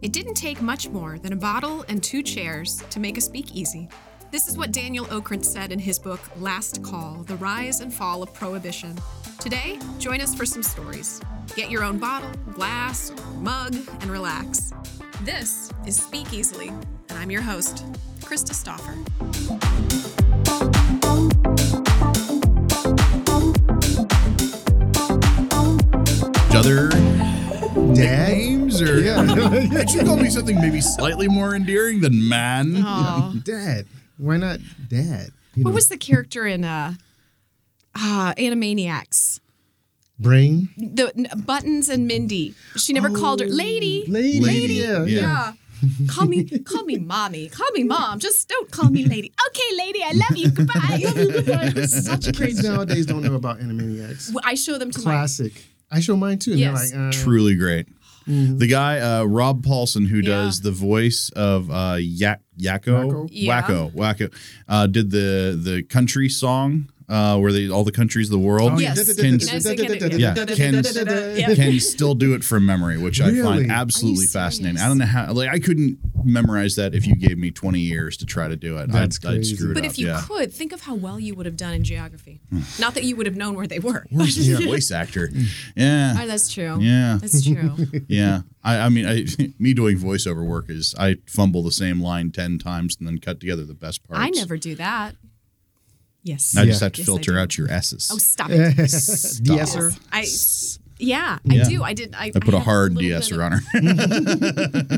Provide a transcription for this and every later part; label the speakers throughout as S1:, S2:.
S1: It didn't take much more than a bottle and two chairs to make a speakeasy. This is what Daniel Okrent said in his book Last Call The Rise and Fall of Prohibition. Today, join us for some stories. Get your own bottle, glass, mug, and relax. This is Speak Easily, and I'm your host, Krista Stoffer.
S2: each other names or
S3: Yeah.
S2: Could you call me something maybe slightly more endearing than man Uh-huh.
S1: Oh.
S3: dad. Why not dad? You
S1: What
S3: know,
S1: was the character in uh, uh, Animaniacs?
S3: brain?
S1: The n- Buttons and Mindy. She never called her lady.
S3: Lady.
S2: Lady, yeah.
S3: Yeah. yeah.
S1: Yeah. call me, call me mommy. Call me mom. Just don't call me lady. Okay, lady, I love you. Goodbye. Such a
S3: Kids nowadays don't know about Animaniacs.
S1: I show them to my
S3: Classic. I show mine too. And
S1: Yes.
S3: they're like, uh,
S2: truly great the guy uh, rob paulson who
S1: Mm-hmm. Yeah.
S2: does the voice of uh, Yak- yakko
S3: Wacko?
S1: Yeah.
S2: wacko wacko uh, did the the country song uh, where they all the countries of the world
S1: Oh, yeah. Yes.
S2: Can-
S1: Yeah.
S2: yeah can,
S1: Yeah.
S2: can still do it from memory which i
S3: Really?
S2: find
S1: Are
S2: absolutely
S1: you
S2: fascinating
S1: serious?
S2: i don't know how like i couldn't memorize that if you gave me 20 years to try to do it
S3: That's
S2: I'd, I'd
S3: crazy.
S2: screw it
S1: But
S2: up
S1: if you
S2: yeah Hmm.
S1: could, think of how well you would have done in geography. Not that you would have known where they were.
S2: Where's the voice actor
S3: Mm.
S2: yeah
S1: Oh, that's true.
S2: Yeah.
S1: That's true.
S2: Yeah. I, I mean, I, me doing voiceover work is I fumble the same line 10 times and then cut together the best parts.
S1: I never do that. Yes.
S2: I just have to
S1: Yes, I
S2: filter
S1: do.
S2: out your S's.
S1: Oh, stop it.
S3: de-esser.
S1: I yeah, I
S2: Yeah.
S1: do. I did. I,
S2: I put
S1: a
S2: a hard
S1: little bit of-
S2: de-esser on her.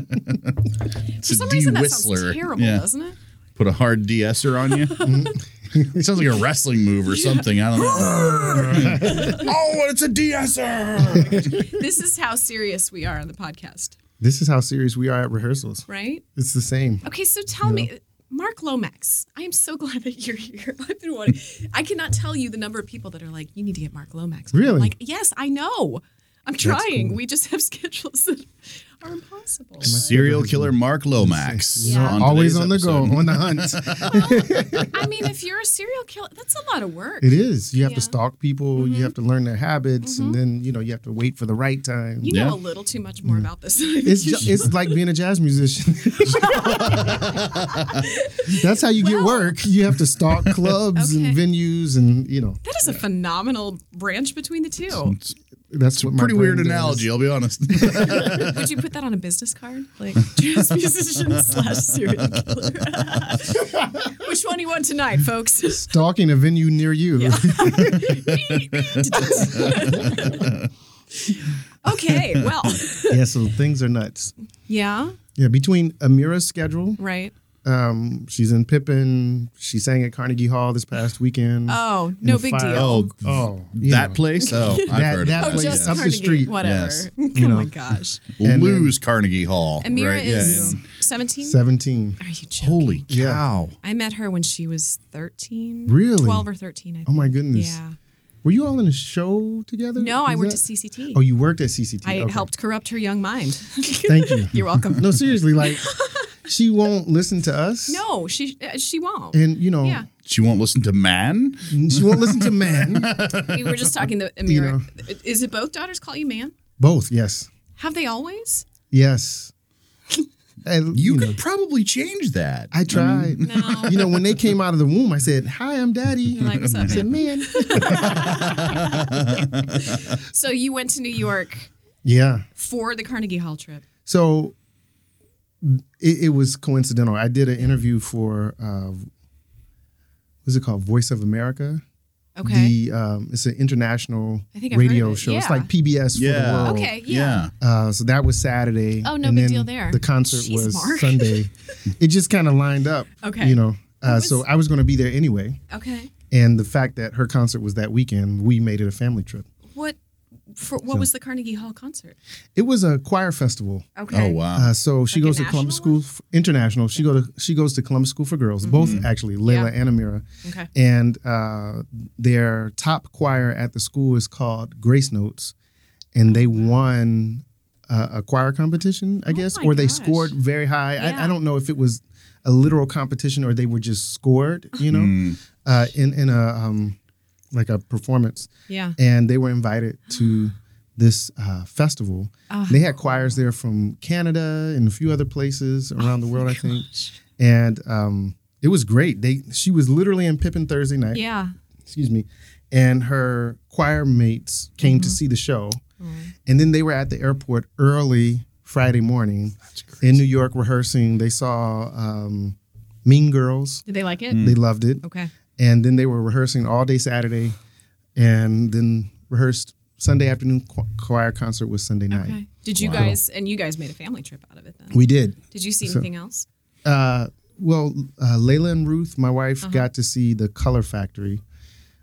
S1: For some reason, that sounds terrible, doesn't it?
S2: Put a hard de-esser on you.
S3: Mm-hmm.
S2: it sounds like a wrestling move or something. I don't know. oh, it's a de-esser.
S1: This is how serious we are on the podcast,
S3: This is how serious we are at rehearsals.
S1: right?
S3: It's the same.
S1: Okay, so tell me, Mark Lomax. I am so glad that you're here. I've been wanting. I cannot tell you the number of people that are like, you need to get Mark Lomax. I'm
S3: Really?
S1: Like, yes, I know. I'm trying. We just have schedules that are impossible.
S2: Serial killer Mark Lomax.
S1: Yeah.
S2: on
S3: Always
S2: today's
S3: on the
S2: episode.
S3: go, on the hunt.
S1: I mean, if you're a serial killer, that's a lot of work.
S3: it is. You have
S1: Yeah. Mm-hmm.
S3: to stalk people. You have to learn their habits, and then you know you have to wait for the right time.
S1: You
S2: Yeah.
S1: know a little too much more about this. than I think
S3: It's
S1: you
S3: ju- it's like being a jazz musician. That's how you get
S1: Well-
S3: work. You have to stalk clubs
S1: Okay.
S3: and venues, and you know
S1: That is a phenomenal branch between the two.
S2: It's
S3: that's what
S2: a
S3: my
S2: pretty weird
S3: brain does.
S2: analogy, I'll be honest.
S1: Would you put that on a business card? Like jazz musician slash serial killer. Which one do you want tonight, folks?
S3: Stalking a venue near you.
S1: okay, well.
S3: yeah, so things are nuts.
S1: Yeah,
S3: Yeah, between Amira's schedule,
S1: right.
S3: um, she's in Pippin. She sang at Carnegie Hall this past weekend.
S1: Oh,
S3: In
S1: no
S3: the
S1: big
S3: fire-
S1: deal.
S2: oh,
S3: oh, you
S2: that
S3: know.
S2: place? Oh, I've
S3: That-
S2: heard
S3: that
S2: of
S1: Oh,
S2: that.
S3: place.
S1: just
S3: up the
S1: Carnegie,
S3: street.
S1: Whatever.
S2: Yes.
S1: oh
S3: You
S1: my
S3: know.
S1: gosh.
S3: And then-
S2: lose Carnegie Hall.
S1: Amira
S2: right?
S1: is
S2: Yeah. and-
S1: 17?
S3: Seventeen.
S1: Are you joking?
S2: holy
S3: Yeah.
S2: cow.
S1: I met her when she was 13.
S3: Really?
S1: 12 or 13, I think.
S3: Oh my goodness.
S1: Yeah.
S3: Were you all in a show together?
S1: No, I
S3: Is
S1: worked
S3: that-
S1: at CCT.
S3: Oh, you worked at CCT.
S1: I
S3: Okay.
S1: helped corrupt her young mind.
S3: Thank you.
S1: You're welcome.
S3: No, seriously, like she won't listen to us.
S1: No, she uh, she won't.
S3: And you know,
S1: Yeah.
S2: She won't listen to man?
S3: she won't listen to man.
S1: We were just talking to Amira.
S3: You know.
S1: Is it both daughters call you man?
S3: Both, yes.
S1: Have they always?
S3: Yes. And,
S2: You,
S3: you know,
S2: could probably change that.
S3: I tried.
S1: No.
S3: You know, when they came out of the womb, I said, Hi, I'm daddy.
S1: You're like, "What's up,
S3: I said, man.
S1: So you went to New York
S3: yeah.
S1: for the Carnegie Hall trip.
S3: So it, it was coincidental. I did an interview for uh what's it called? Voice of America.
S1: Okay.
S3: The um it's an international
S1: I think I've heard of
S3: radio
S1: it.
S3: show. It's
S1: Yeah.
S3: like PBS for the
S2: Yeah.
S3: world.
S1: okay. Yeah.
S3: Uh, so that was Saturday.
S1: Oh, no big
S3: and then
S1: deal there.
S3: The concert
S1: Jeez,
S3: was
S1: Mark.
S3: Sunday. It just kind of lined up.
S1: Okay.
S3: You know, uh,
S1: was-
S3: so I was going to be there anyway,
S1: Okay.
S3: and the fact that her concert was that weekend, we made it a family trip.
S1: What for what was the Carnegie Hall concert?
S3: It was a choir festival.
S1: Okay.
S2: Oh, wow.
S3: Uh, so she
S1: Like a
S3: goes to Columbus
S1: national
S3: School f- International. She go to she goes to Columbus School for Girls,
S1: Mm-hmm.
S3: both actually, Layla and Amira.
S1: Okay.
S3: And uh, their top choir at the school is called Grace Notes, and they won uh, a choir competition, I guess,
S1: Oh my
S3: or they
S1: gosh.
S3: scored very high. I,
S1: Yeah.
S3: I don't know if it was a literal competition or they were just scored, you know, uh, in in a um, like a performance.
S1: Yeah.
S3: And they were invited to this uh, festival.
S1: Oh,
S3: They had choirs there from Canada and a few other
S1: Oh
S3: places around the world, I think. And um, it was great. They she was literally in Pippin Thursday night.
S1: Yeah.
S3: Excuse me. And her choir mates came
S1: Mm-hmm.
S3: to see the show.
S1: Mm.
S3: And then they were at the airport early Friday morning in New York rehearsing. They saw um, Mean Girls.
S1: Did they like it?
S3: They loved it
S1: Mm. Okay.
S3: and then they were rehearsing all day Saturday, and then rehearsed Sunday afternoon cho- choir concert was Sunday night.
S1: Okay. Did you guys and you guys made a family trip out of it then?
S3: We did.
S1: Did you see anything else?
S3: Uh, well, uh, Layla and Ruth, my wife,
S1: Uh-huh.
S3: got to see the Color Factory,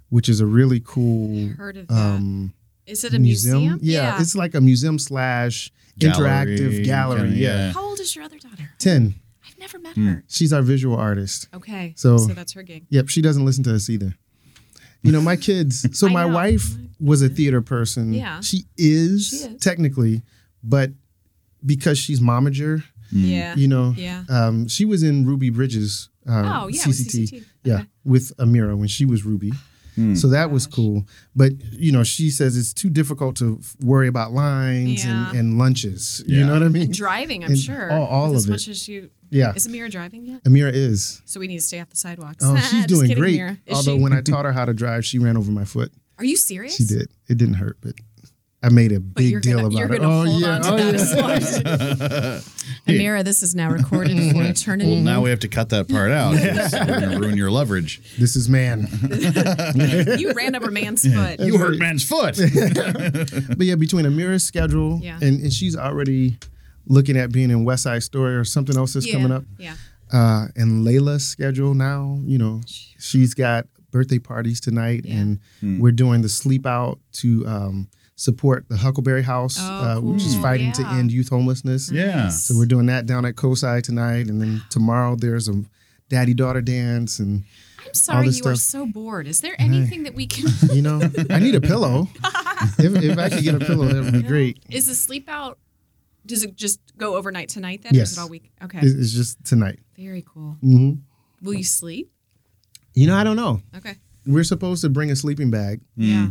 S3: which is a really cool
S1: Heard of that? Is
S3: um,
S1: it a museum?
S3: Yeah, it's like a museum slash
S2: Gallery,
S3: interactive gallery.
S2: kinda,
S3: yeah.
S2: yeah.
S1: How old is your other daughter?
S3: ten.
S1: I've never met her.
S3: She's our visual artist.
S1: Okay.
S3: Hmm. So-
S1: so that's her gig.
S3: Yep, she doesn't listen to us either. You know, my kids. So
S1: I
S3: my
S1: know.
S3: wife was a theater person.
S1: Yeah.
S3: she is,
S1: She is.
S3: technically, but because she's momager,
S1: Yeah.
S3: you know,
S1: Yeah.
S3: um, she was in Ruby Bridges. Uh,
S1: Oh, yeah, with
S3: CCT.
S1: CCT.
S3: Yeah,
S1: Okay.
S3: with Amira when she was Ruby. So that was cool, but you know she says it's too difficult to f- worry about lines
S1: Yeah.
S3: and, and lunches. You
S2: Yeah.
S3: know what I mean?
S1: Driving, I'm
S3: And
S1: sure.
S3: all- all
S1: as
S3: of it.
S1: much as you.
S3: Yeah.
S1: Is Amira driving yet?
S3: Amira is.
S1: So we need to stay off the sidewalks.
S3: Oh,
S1: Just
S3: she's doing
S1: kidding,
S3: great.
S1: Amira. Is
S3: Although
S1: she-
S3: when I taught her how to drive, she ran over my foot.
S1: are you serious?
S3: She did. It didn't hurt, but I made a big
S1: you're
S3: deal
S1: gonna-
S3: about
S1: you're
S3: it.
S1: gonna hold on to that as long
S3: yeah.
S1: Amira, this is now recorded for eternity.
S2: Well, now we have to cut that part out. 'cause We're going to ruin your leverage.
S3: this is man.
S1: you ran over man's foot.
S2: You hurt man's foot. Yeah.
S3: but yeah, between Amira's schedule
S1: Yeah.
S3: and, and she's already looking at being in West Side Story or something else that's
S1: yeah.
S3: coming up.
S1: Yeah.
S3: Uh, and Layla's schedule now, you know, she's got birthday parties tonight
S1: Yeah.
S3: and we're doing the sleep out to um, support the Huckleberry House,
S1: Oh,
S3: uh, which is
S1: cool.
S3: fighting to
S1: Yeah.
S3: end youth homelessness. So we're doing that down at Cosi tonight, and then tomorrow there's a daddy daughter dance, and
S1: I'm sorry you
S3: this
S1: are so
S3: stuff.
S1: bored. Is there anything that we can?
S3: you know, I need a pillow. if, if I could get a pillow, that would be great.
S1: Is the sleep out? Does it just go overnight tonight then? Or is
S3: Yes.
S1: it all week? Okay.
S3: It's, it's just tonight.
S1: Very cool.
S3: hmm
S1: Will you sleep?
S3: You know, I don't know.
S1: Okay.
S3: We're supposed to bring a sleeping bag,
S1: Yeah.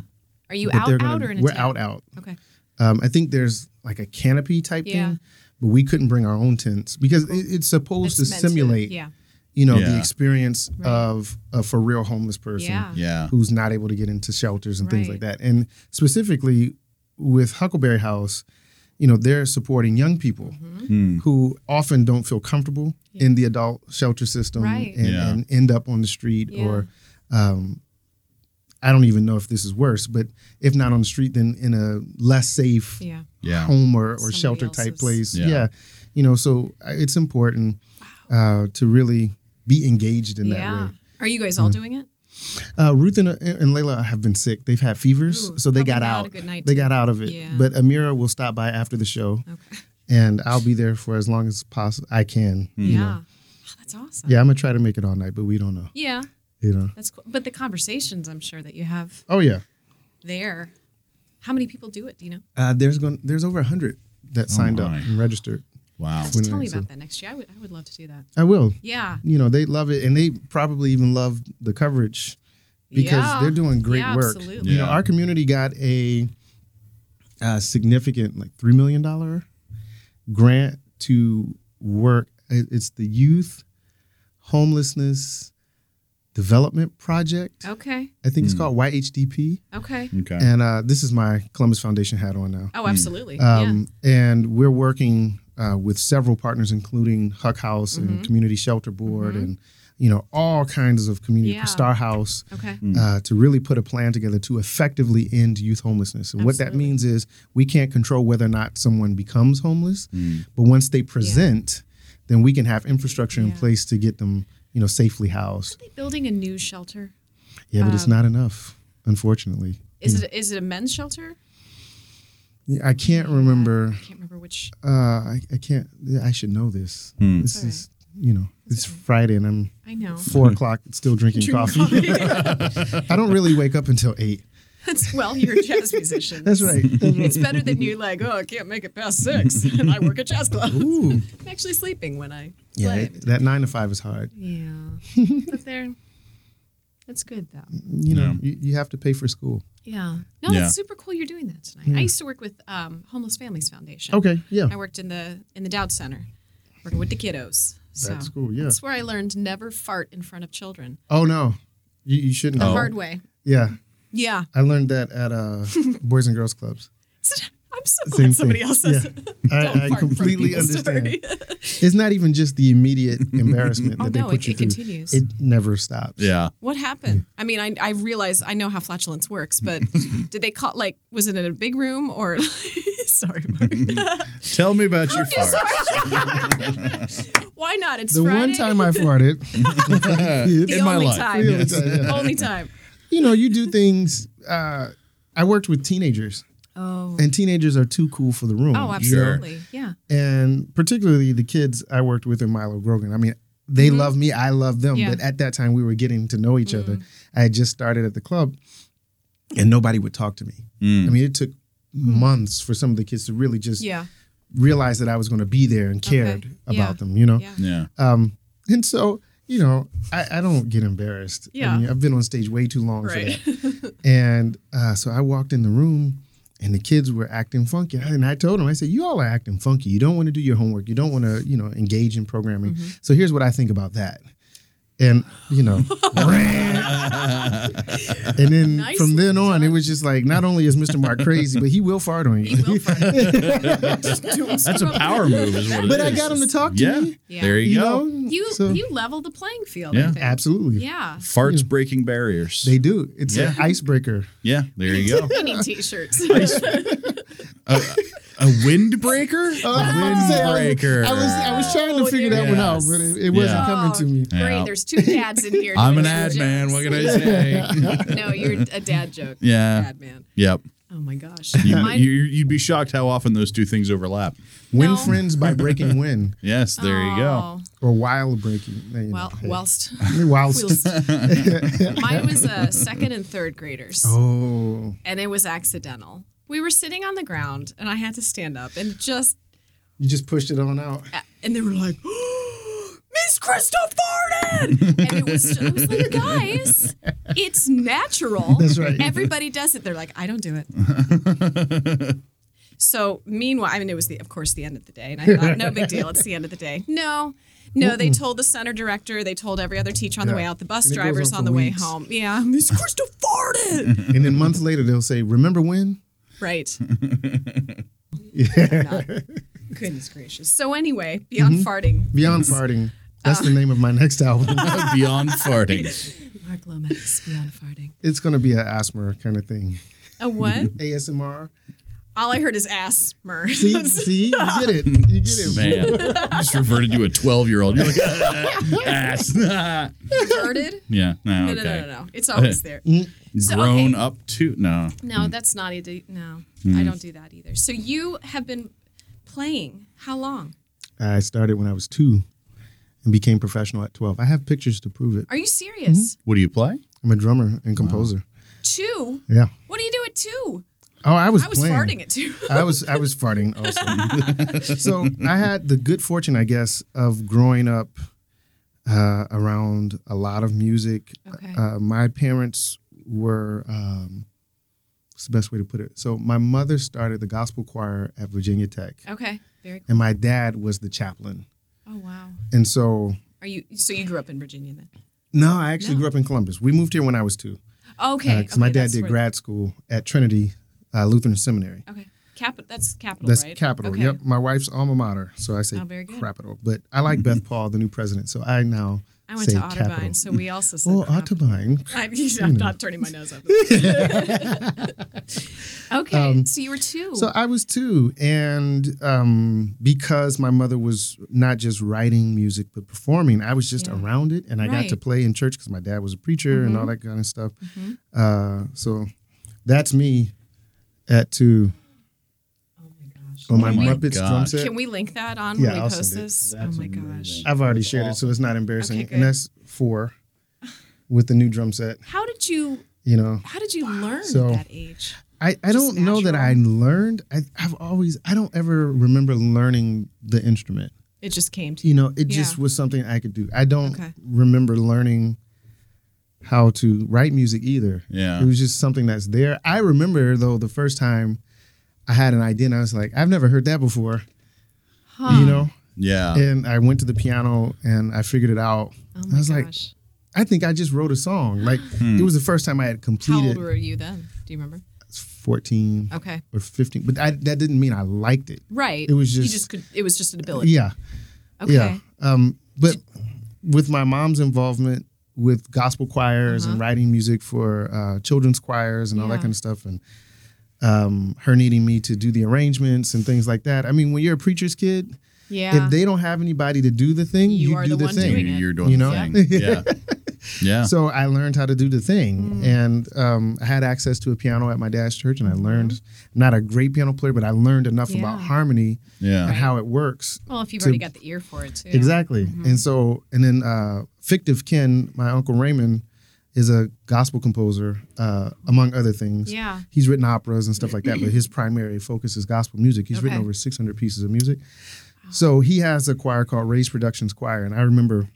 S1: Are you
S3: Hmm. but
S1: out
S3: they're
S1: out
S3: gonna,
S1: or in a
S3: we're
S1: tent?
S3: out out.
S1: Okay.
S3: Um, I think there's like a canopy type
S1: Yeah.
S3: thing, but we couldn't bring our own tents because it, it's supposed
S1: It's
S3: to
S1: meant
S3: simulate,
S1: yeah.
S3: you know,
S2: Yeah.
S3: the experience
S1: Right.
S3: of a for real homeless person.
S1: Yeah.
S2: Yeah.
S3: who's not able to get into shelters and things
S1: Right.
S3: like that. And specifically with Huckleberry House, you know, they're supporting young people
S1: Mm-hmm.
S2: Hmm.
S3: who often don't feel comfortable in the adult shelter system
S1: Right.
S3: and,
S2: Yeah.
S3: and end up on the street
S1: Yeah.
S3: or um I don't even know if this is worse, but if not on the street, then in a less safe
S1: Yeah.
S2: Yeah.
S3: home or, or
S1: Somebody
S3: shelter type
S1: else's.
S3: place.
S2: Yeah.
S3: Yeah. You know, so uh, it's important uh, to really be engaged in that Hmm.
S1: Yeah.
S3: way.
S1: Are you guys all doing it?
S3: Uh, Ruth and, and Layla have been sick. They've had fevers,
S1: Ooh,
S3: so they
S1: probably
S3: got
S1: not a
S3: out.
S1: good night
S3: they
S1: to-
S3: got out of it.
S1: Yeah.
S3: But Amira will stop by after the show,
S1: Okay.
S3: and I'll be there for as long as possible I can. you
S1: Yeah.
S3: know.
S1: Oh, that's awesome.
S3: Hmm. Yeah, I'm gonna try to make it all night, but we don't know.
S1: Yeah.
S3: You know.
S1: That's cool. But the conversations I'm sure that you have
S3: Oh yeah.
S1: there. How many people do it? Do you know?
S3: Uh, there's going there's over hundred that signed up
S2: Oh my.
S3: and registered.
S2: Wow.
S3: When
S1: Tell
S3: I-
S1: me
S3: so-
S1: about that next year. I would I would love to do that.
S3: I will.
S1: Yeah.
S3: You know they love it, and they probably even love the coverage because
S1: Yeah.
S3: they're doing great
S1: Yeah,
S3: work.
S1: absolutely.
S3: You know
S2: Yeah.
S3: our community got a, uh significant like three million dollar grant to work. it- It's the Youth Homelessness Development Project.
S1: Okay.
S3: I think it's
S2: Hmm.
S3: called YHDP,
S1: Okay.
S2: Okay.
S3: and uh, this is my Columbus Foundation hat on now.
S1: Oh, absolutely. yeah.
S3: Hmm. Um, And we're working uh, with several partners, including Huck House
S1: Mm-hmm.
S3: and Community Shelter Board, and you know all kinds of community
S1: Yeah.
S3: Star House,
S1: Okay.
S3: uh, to really put a plan together to effectively end youth homelessness. And what that
S1: Absolutely.
S3: means is we can't control whether or not someone becomes homeless, but once they present, then we can have infrastructure in
S1: Yeah.
S3: place to get them, you know, safely housed.
S1: Are they building a new shelter?
S3: Yeah, but it's not enough, unfortunately.
S1: Um, Is it is it a men's shelter?
S3: Yeah, I can't remember.
S1: I can't remember which.
S3: Uh, I, I can't. I should know this. This
S1: It's all
S3: is, you know, it's Friday and I'm
S1: I know.
S3: four o'clock still drinking coffee. I don't really wake up until eight.
S1: That's well, you're a jazz musician.
S3: That's right.
S1: It's better than you like. Oh, I can't make it past six, and I work at jazz club.
S3: Ooh.
S1: I'm actually sleeping when I
S3: Yeah,
S1: play.
S3: that nine to five is hard.
S1: Yeah. but they're That's good though.
S3: You know,
S2: Yeah.
S3: you, you have to pay for school.
S1: Yeah. No,
S2: Yeah.
S1: it's super cool you're doing that tonight. I used to work with um, Homeless Families Foundation.
S3: Okay, yeah,
S1: I worked in the in the Dowd Center, working with the kiddos. So
S3: that's cool. Yeah.
S1: That's where I learned never fart in front of children.
S3: Oh no, you, you shouldn't.
S1: The
S3: have.
S1: hard way.
S3: Yeah,
S1: Yeah.
S3: I learned that at uh, boys and girls clubs.
S1: I'm so glad
S3: Same thing.
S1: somebody else says
S3: Yeah.
S1: it. Don't
S3: I- I
S1: fart in front of
S3: completely
S1: people, sorry.
S3: It's not even just the immediate embarrassment
S1: Oh,
S3: that
S1: no,
S3: they
S1: it-
S3: put you
S1: it
S3: through.
S1: continues.
S3: It never stops.
S2: Yeah.
S1: what happened? I mean, I, I realize I know how flatulence works, but did they call, like, was it in a big room or? sorry, Mark.
S2: Tell me about your
S1: Just
S2: fart.
S1: Why not? It's
S3: The
S1: Friday.
S3: one time I farted,
S1: the
S2: in my
S1: only
S2: life.
S1: time.
S3: Yeah, it's, uh,
S1: Only time.
S3: you know, you do things. Uh, I worked with teenagers,
S1: Oh.
S3: and teenagers are too cool for the room.
S1: Oh, absolutely. Yeah.
S3: and particularly the kids I worked with in Milo Grogan. I mean, they love me, I love them.
S1: Mm-hmm. Yeah. Mm-hmm.
S3: But at that time, we were getting to know each other. I had just started at the club, and nobody would talk to me.
S2: Hmm. Mm.
S3: I mean, it took months for some of the kids to really just
S1: Mm-hmm. Yeah.
S3: realize that I was going to be there and cared about
S1: Yeah.
S3: them. You know,
S1: Yeah.
S2: Yeah.
S3: um, and so. You know, I, I don't get embarrassed.
S1: Yeah.
S3: I mean, I've been on stage way too long for
S1: Right.
S3: that. And uh, so I walked in the room and the kids were acting funky. And I told them, I said, You all are acting funky. You don't want to do your homework. You don't want to, you know, engage in programming.
S1: Mm-hmm.
S3: So here's what I think about that. And, you know, and then
S1: Nicely
S3: from then on, it was just like, not only is Mr. Mark crazy, but he will fart on you.
S1: Will fart.
S2: That's a power move, is what it is.
S3: but I got him to talk to
S2: yeah.
S3: me.
S1: Yeah.
S2: There you,
S3: You
S2: go.
S3: know?
S1: You
S3: So-
S1: you level the playing field. I
S2: Yeah.
S1: think.
S3: Absolutely.
S1: Yeah.
S2: Farts breaking barriers.
S3: They do. It's
S2: Yeah.
S3: an icebreaker.
S2: yeah. There you go.
S1: We need t-shirts.
S2: a windbreaker.
S3: Uh, I was about to say, I was-
S2: windbreaker.
S3: I was, I was
S1: Oh,
S3: trying to figure that one out,
S1: yes.
S3: but it, it wasn't
S2: Yeah.
S3: coming to me.
S1: Oh, Great.
S2: Yeah.
S1: There's two dads in here.
S2: I'm an
S1: doing
S2: ad
S1: jokes.
S2: man. What can I say?
S1: No, you're a dad joke.
S2: Yeah.
S1: Dad man.
S2: yep.
S1: Oh my gosh.
S2: You,
S1: Mine-
S2: you, you'd be shocked how often those two things overlap.
S3: Win
S1: No.
S3: friends by breaking win.
S2: Yes. There you go.
S1: Oh,
S3: or wild breaking. you know,
S1: Well,
S3: hey.
S1: whilst
S3: wild.
S1: mine was a second and third graders.
S3: oh,
S1: and it was accidental. We were sitting on the ground, and I had to stand up, and just
S3: you just pushed it on out.
S1: and they were like, "Miss Crystal farted," and it was, I was like, "You guys, it's natural.
S3: That's right.
S1: Everybody does it. They're like, I don't do it." so meanwhile, I mean, it was the, of course, the end of the day, and I thought, no big deal. It's the end of the day. No. No, they told the center director. They told every other teacher on the
S3: Yeah.
S1: way out. The bus
S3: And it goes
S1: drivers
S3: on
S1: on
S3: for
S1: the
S3: weeks.
S1: way home. Yeah, Miss Crystal farted.
S3: And then months later, they'll say, "Remember when?"
S1: Right. yeah. Goodness gracious. So anyway, beyond
S3: Mm-hmm.
S1: farting,
S3: Beyond
S1: Uh,
S3: farting. That's the name of my next album.
S2: Beyond farting.
S1: Mark Lomax, beyond farting.
S3: It's gonna be an asthma kind of thing.
S1: A what?
S3: ASMR.
S1: All I heard is ass murr.
S3: See, see, you get it. You get it.
S2: Man, you just reverted to a 12 year old. You're like, ass. yeah.
S1: Farted?
S2: No,
S1: No,
S2: okay.
S1: no, no, no, no. It's always there. So,
S2: Grown
S1: okay.
S2: up to. No.
S1: No, that's not a de- no.
S3: Mm-hmm.
S1: I don't do that either. So you have been playing how long?
S3: I started when I was two, and became professional at twelve. I have pictures to prove it.
S1: Are you serious?
S2: What do you play?
S3: I'm a drummer and composer.
S1: Two?
S3: Yeah.
S1: What do you do at two?
S3: Oh, Mm-hmm. I was.
S1: I was
S3: playing.
S1: farting at two.
S3: I was I was farting also. so I had the good fortune, I guess, of growing up uh, around a lot of music.
S1: Okay.
S3: Uh, my parents were. Um, what's the best way to put it? So my mother started the gospel choir at Virginia Tech,
S1: okay. Very cool.
S3: and my dad was the chaplain.
S1: Oh wow.
S3: And so
S1: Are you so you grew up in Virginia then?
S3: no, I actually
S1: No.
S3: grew up in Columbus. We moved here when I was two
S1: Okay.
S3: because Uh, my
S1: okay,
S3: dad
S1: that's
S3: did
S1: where-
S3: grad school at Trinity uh, Lutheran Seminary.
S1: Okay. Cap- that's capital,
S3: That's
S1: right?
S3: capital.
S1: Okay.
S3: Yep. My wife's alma mater. So I say
S1: Oh, very good. Mm-hmm.
S3: capital. But I like Beth Paul, the new president. So I now
S1: I went
S3: say
S1: to Otterbein,
S3: capital.
S1: so we also said
S3: Oh,
S1: crap.
S3: Otterbein.
S1: I'm, I'm
S3: Hmm.
S1: not turning my nose up. okay, so you were two.
S3: Um, So I was two. And um, because my mother was not just writing music, but performing, I was just
S1: Yeah.
S3: around it. And I got to
S1: Right. Mm-hmm.
S3: play in church because my dad was a preacher and all that kind of stuff. Uh, so that's me at two
S1: oh my gosh.
S3: on my
S2: my
S3: Muppets drum
S2: gosh.
S3: set.
S1: Can we link that on
S3: Yeah,
S1: when we
S3: I'll
S1: post
S3: send it.
S1: this? Oh my gosh.
S3: I've already shared it, so it's not embarrassing. and
S1: good.
S3: that's four with the new drum set,
S1: How did you
S3: you know.
S1: how did you learn
S3: So-
S1: at that age?
S3: I, I
S1: Just
S3: don't know that I learned. I, I've always I don't ever remember learning the instrument.
S1: It just came to you.
S3: You know, it just
S1: Yeah.
S3: was something I could do. I don't
S1: Okay.
S3: remember learning how to write music either.
S2: Yeah.
S3: It was just something that's there. I remember though the first time I had an idea and I was like, I've never heard that before. You know?
S2: Yeah.
S3: And I went to the piano and I figured it out.
S1: Oh
S3: I
S1: my
S3: was like,
S1: gosh.
S3: I think I just wrote a song. Like it was the first time I had
S1: How old
S3: completed
S1: were you then? Do you remember?
S3: 14
S1: Okay.
S3: or 15, but I, that didn't mean I liked it.
S1: Right.
S3: It was
S1: you
S3: just-
S1: just could it was just an ability.
S3: Yeah.
S1: Okay.
S3: Yeah. Um, but with my mom's involvement with gospel choirs and writing music for uh, children's choirs and all that
S1: Uh-huh. Yeah.
S3: kind of stuff, and um, her needing me to do the arrangements and things like that. I mean, when you're a preacher's kid,
S1: Yeah.
S3: if they don't have anybody to do the thing,
S1: You
S3: you,
S1: are
S3: do
S1: the
S3: the,
S1: one
S3: thing.
S1: doing it.
S2: You're doing
S3: You
S2: the
S3: know?
S2: thing. Yeah. Yeah.
S3: So I learned how to do the
S1: Mm.
S3: thing, and um, I had access to a piano at my dad's church, and I learned not a great piano player, but I learned enough about
S1: Mm-hmm. Yeah.
S3: harmony and
S2: yeah.
S3: how it works
S1: well, if you've
S3: to-
S1: already got the ear for it too. Mm-hmm.
S3: Exactly. And so, and then uh, Fictive Ken, my uncle Raymond, is a gospel composer, uh, among other things.
S1: Yeah.
S3: He's written operas and stuff like that, but his primary focus is gospel music. He's written
S1: Okay.
S3: over 600 pieces of music. So he has a choir called Raised Productions Choir. And I remember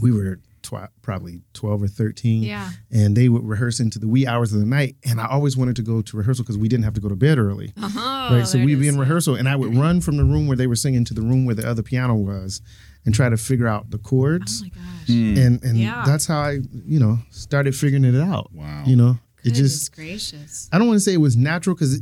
S3: we were tw- probably 12 or 13.
S1: Yeah.
S3: And they would rehearse into the wee hours of the night. And I always wanted to go to rehearsal because we didn't have to go to bed early
S1: Uh-huh,
S3: right? So
S1: there it
S3: we'd be
S1: is.
S3: in rehearsal, and I would run from the room where they were singing to the room where the other piano was, and try to figure out the
S1: Oh
S3: chords.
S1: my gosh.
S3: and and
S1: Yeah.
S3: that's how I, you know, started figuring it out.
S2: Wow.
S3: You know, it
S1: Goodness
S3: just
S1: gracious.
S3: I don't want to say it was natural because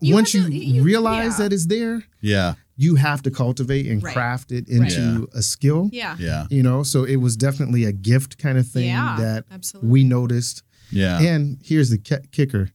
S1: You
S3: once
S1: had
S3: you,
S1: to- you-
S3: realize
S1: yeah.
S3: that it's there,
S2: Yeah.
S3: you have to cultivate and
S1: Right.
S3: craft it
S1: Right.
S3: into a skill.
S1: Yeah.
S2: Yeah.
S3: You know, so it was definitely a gift kind of thing
S1: Yeah,
S3: that
S1: absolutely.
S3: we noticed.
S2: Yeah.
S3: And here's the ki- kicker.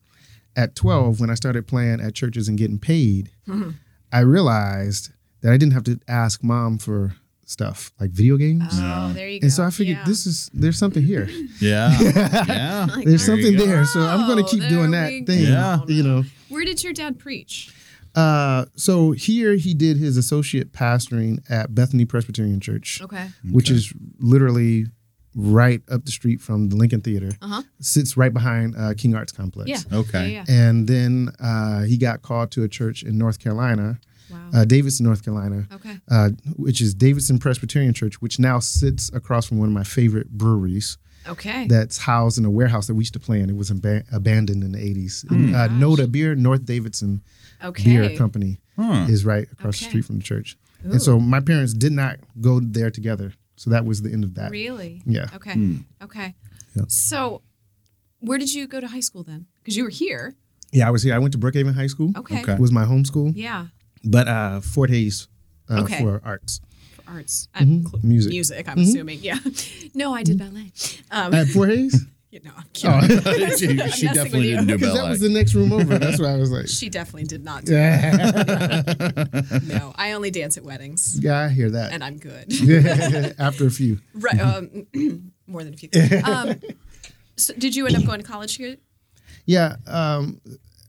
S3: At 12, when I started playing at churches and getting paid,
S1: Mm-hmm.
S3: I realized that I didn't have to ask mom for stuff like video games.
S1: Oh, there you go.
S3: and so I figured
S1: Yeah.
S3: this is there's something here.
S2: Yeah. Yeah.
S3: There's
S2: There you
S3: something
S2: go.
S3: there. So I'm going
S1: Oh,
S3: to keep
S1: there
S3: doing
S1: we
S3: that thing,
S2: go.
S3: you know.
S1: Where did your dad preach?
S3: Uh, so here he did his associate pastoring at Bethany Presbyterian Church,
S1: Okay.
S3: which is literally right up the street from the Lincoln Theater.
S1: Uh-huh.
S3: Sits right behind uh, King Arts Complex.
S1: Yeah.
S2: Okay.
S1: Yeah, yeah.
S3: And then uh, he got called to a church in North Carolina,
S1: Wow.
S3: uh, Davidson, North Carolina,
S1: okay.
S3: uh, which is Davidson Presbyterian Church, which now sits across from one of my favorite breweries
S1: Okay.
S3: that's housed in a warehouse that we used to play in. It was aba- abandoned in the 80s. uh, Noda Beer, North Davidson
S1: okay.
S3: Beer Company
S2: Huh.
S3: is right across
S1: Okay.
S3: the street from the church.
S1: Ooh.
S3: And so my parents did not go there together. So that was the end of that.
S1: Really?
S3: Yeah. Hmm.
S1: Okay. Okay. So, where did you go to high school then? Because you were here.
S3: Yeah, I was here. I went to Brookhaven High School.
S1: Okay.
S2: Okay.
S3: It was my home school,
S1: Yeah.
S3: but uh, Fort Hayes uh,
S1: Okay.
S3: for arts.
S1: For arts. I'm
S3: Mhm.
S1: cl-
S3: Music.
S1: Music. I'm assuming. Yeah. No, I did ballet. Um,
S3: At Fort Hayes?
S1: you know, I'm kidding.
S3: Oh.
S2: she she
S1: messing
S2: definitely
S1: with you.
S2: didn't do
S3: Because
S2: ballet.
S3: that was the next room over. That's why I was like,
S1: She definitely did not. Do
S3: yeah,
S1: No, I only dance at weddings,
S3: yeah, I hear that.
S1: and I'm good.
S3: After a few,
S1: right. Um, more than a few. Um, so did you end up going to college here?
S3: yeah. Um,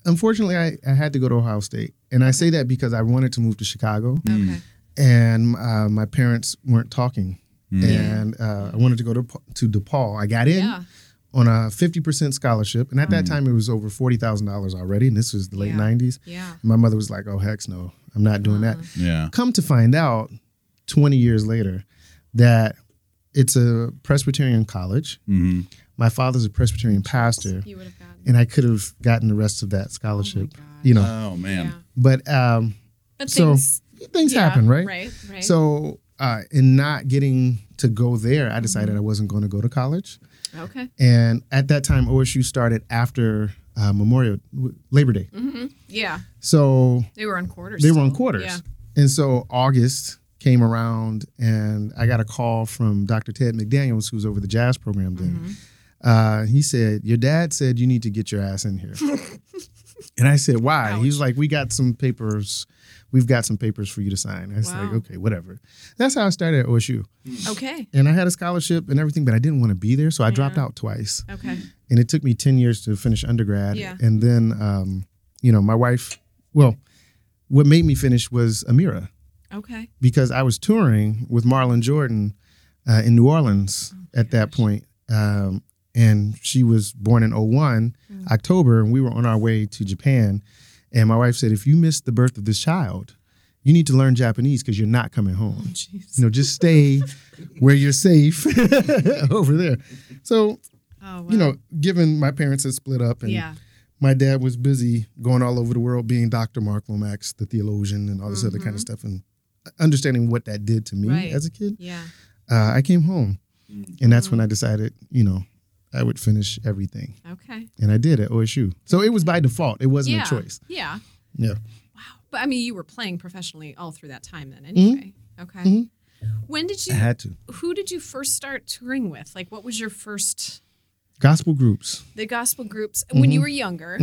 S3: unfortunately, I, I had to go to Ohio State, and I say that because I wanted to move to Chicago,
S1: Okay.
S3: and uh, my parents weren't talking, and uh, I wanted to go to to DePaul. I got in.
S1: Yeah.
S3: On a fifty percent scholarship, and at that time it was over forty thousand dollars already, and this was the late
S1: Yeah.
S3: nineties.
S1: Yeah. Uh-huh.
S3: My mother was like, "Oh hex, no, I'm not doing that."
S2: yeah.
S3: come to find out 20 years later that it's a Presbyterian college.
S2: Mm-hmm.
S3: My father's a Presbyterian pastor,
S1: You would have gotten.
S3: and I could have gotten the rest of that scholarship,
S1: gosh.
S3: you know.
S2: Oh
S1: Yeah.
S2: man.
S3: But um,
S1: But
S3: so
S1: things
S3: things,
S1: yeah,
S3: happen, right?
S1: Right. Right.
S3: So, uh, in not getting to go there, I decided
S1: Mm-hmm.
S3: I wasn't going to go to college.
S1: okay.
S3: And at that time, OSU started after uh, Memorial Labor Day.
S1: Mm-hmm. Yeah.
S3: So,
S1: They were on quarters.
S3: They were on
S1: still.
S3: quarters.
S1: Yeah.
S3: And so August came around and I got a call from Dr. Ted McDaniels, who was over the jazz program then.
S1: Mm-hmm.
S3: Uh, he said, Your dad said you need to get your ass in here. and I said, Why? He was like, We got some papers. We've got some papers for you to sign. I was like,
S1: Wow.
S3: Okay, whatever. That's how I started at OSU.
S1: Okay.
S3: And I had a scholarship and everything, but I didn't want to be there. So I dropped out twice
S1: Okay.
S3: and it took me 10 years to finish undergrad
S1: Yeah.
S3: and then um, you know my wife well what made me finish was amira
S1: Okay.
S3: because i was touring with marlon jordan uh, in new orleans at that point um, and she was born in 01 october and we were on our way to japan and my wife said if you miss the birth of this child you need to learn japanese because you're not coming home
S1: Jeez.
S3: you know, just stay where you're safe over there. So
S1: Oh, wow.
S3: you know, given my parents had split up and
S1: yeah.
S3: my dad was busy going all over the world being Dr. Mark Lomax, the theologian, and all this other kind of stuff, and understanding what that did to me
S1: Mm-hmm. Right.
S3: as a kid.
S1: Yeah.
S3: Uh, I came home,
S2: Mm.
S3: and that's when I decided, you know, I would finish everything,
S1: Okay.
S3: and I did at OSU. So it was by default; it wasn't
S1: yeah.
S3: a choice.
S1: Yeah.
S3: Yeah.
S1: Wow. But I mean, you were playing professionally all through that time then,
S3: Mm-hmm.
S1: anyway. Okay.
S3: Mhm.
S1: When did
S3: I
S1: you,
S3: had to.
S1: who did you first start touring with? Like, what was your first,
S3: Gospel groups.
S1: the gospel groups when
S3: Mm-hmm.
S1: you were younger?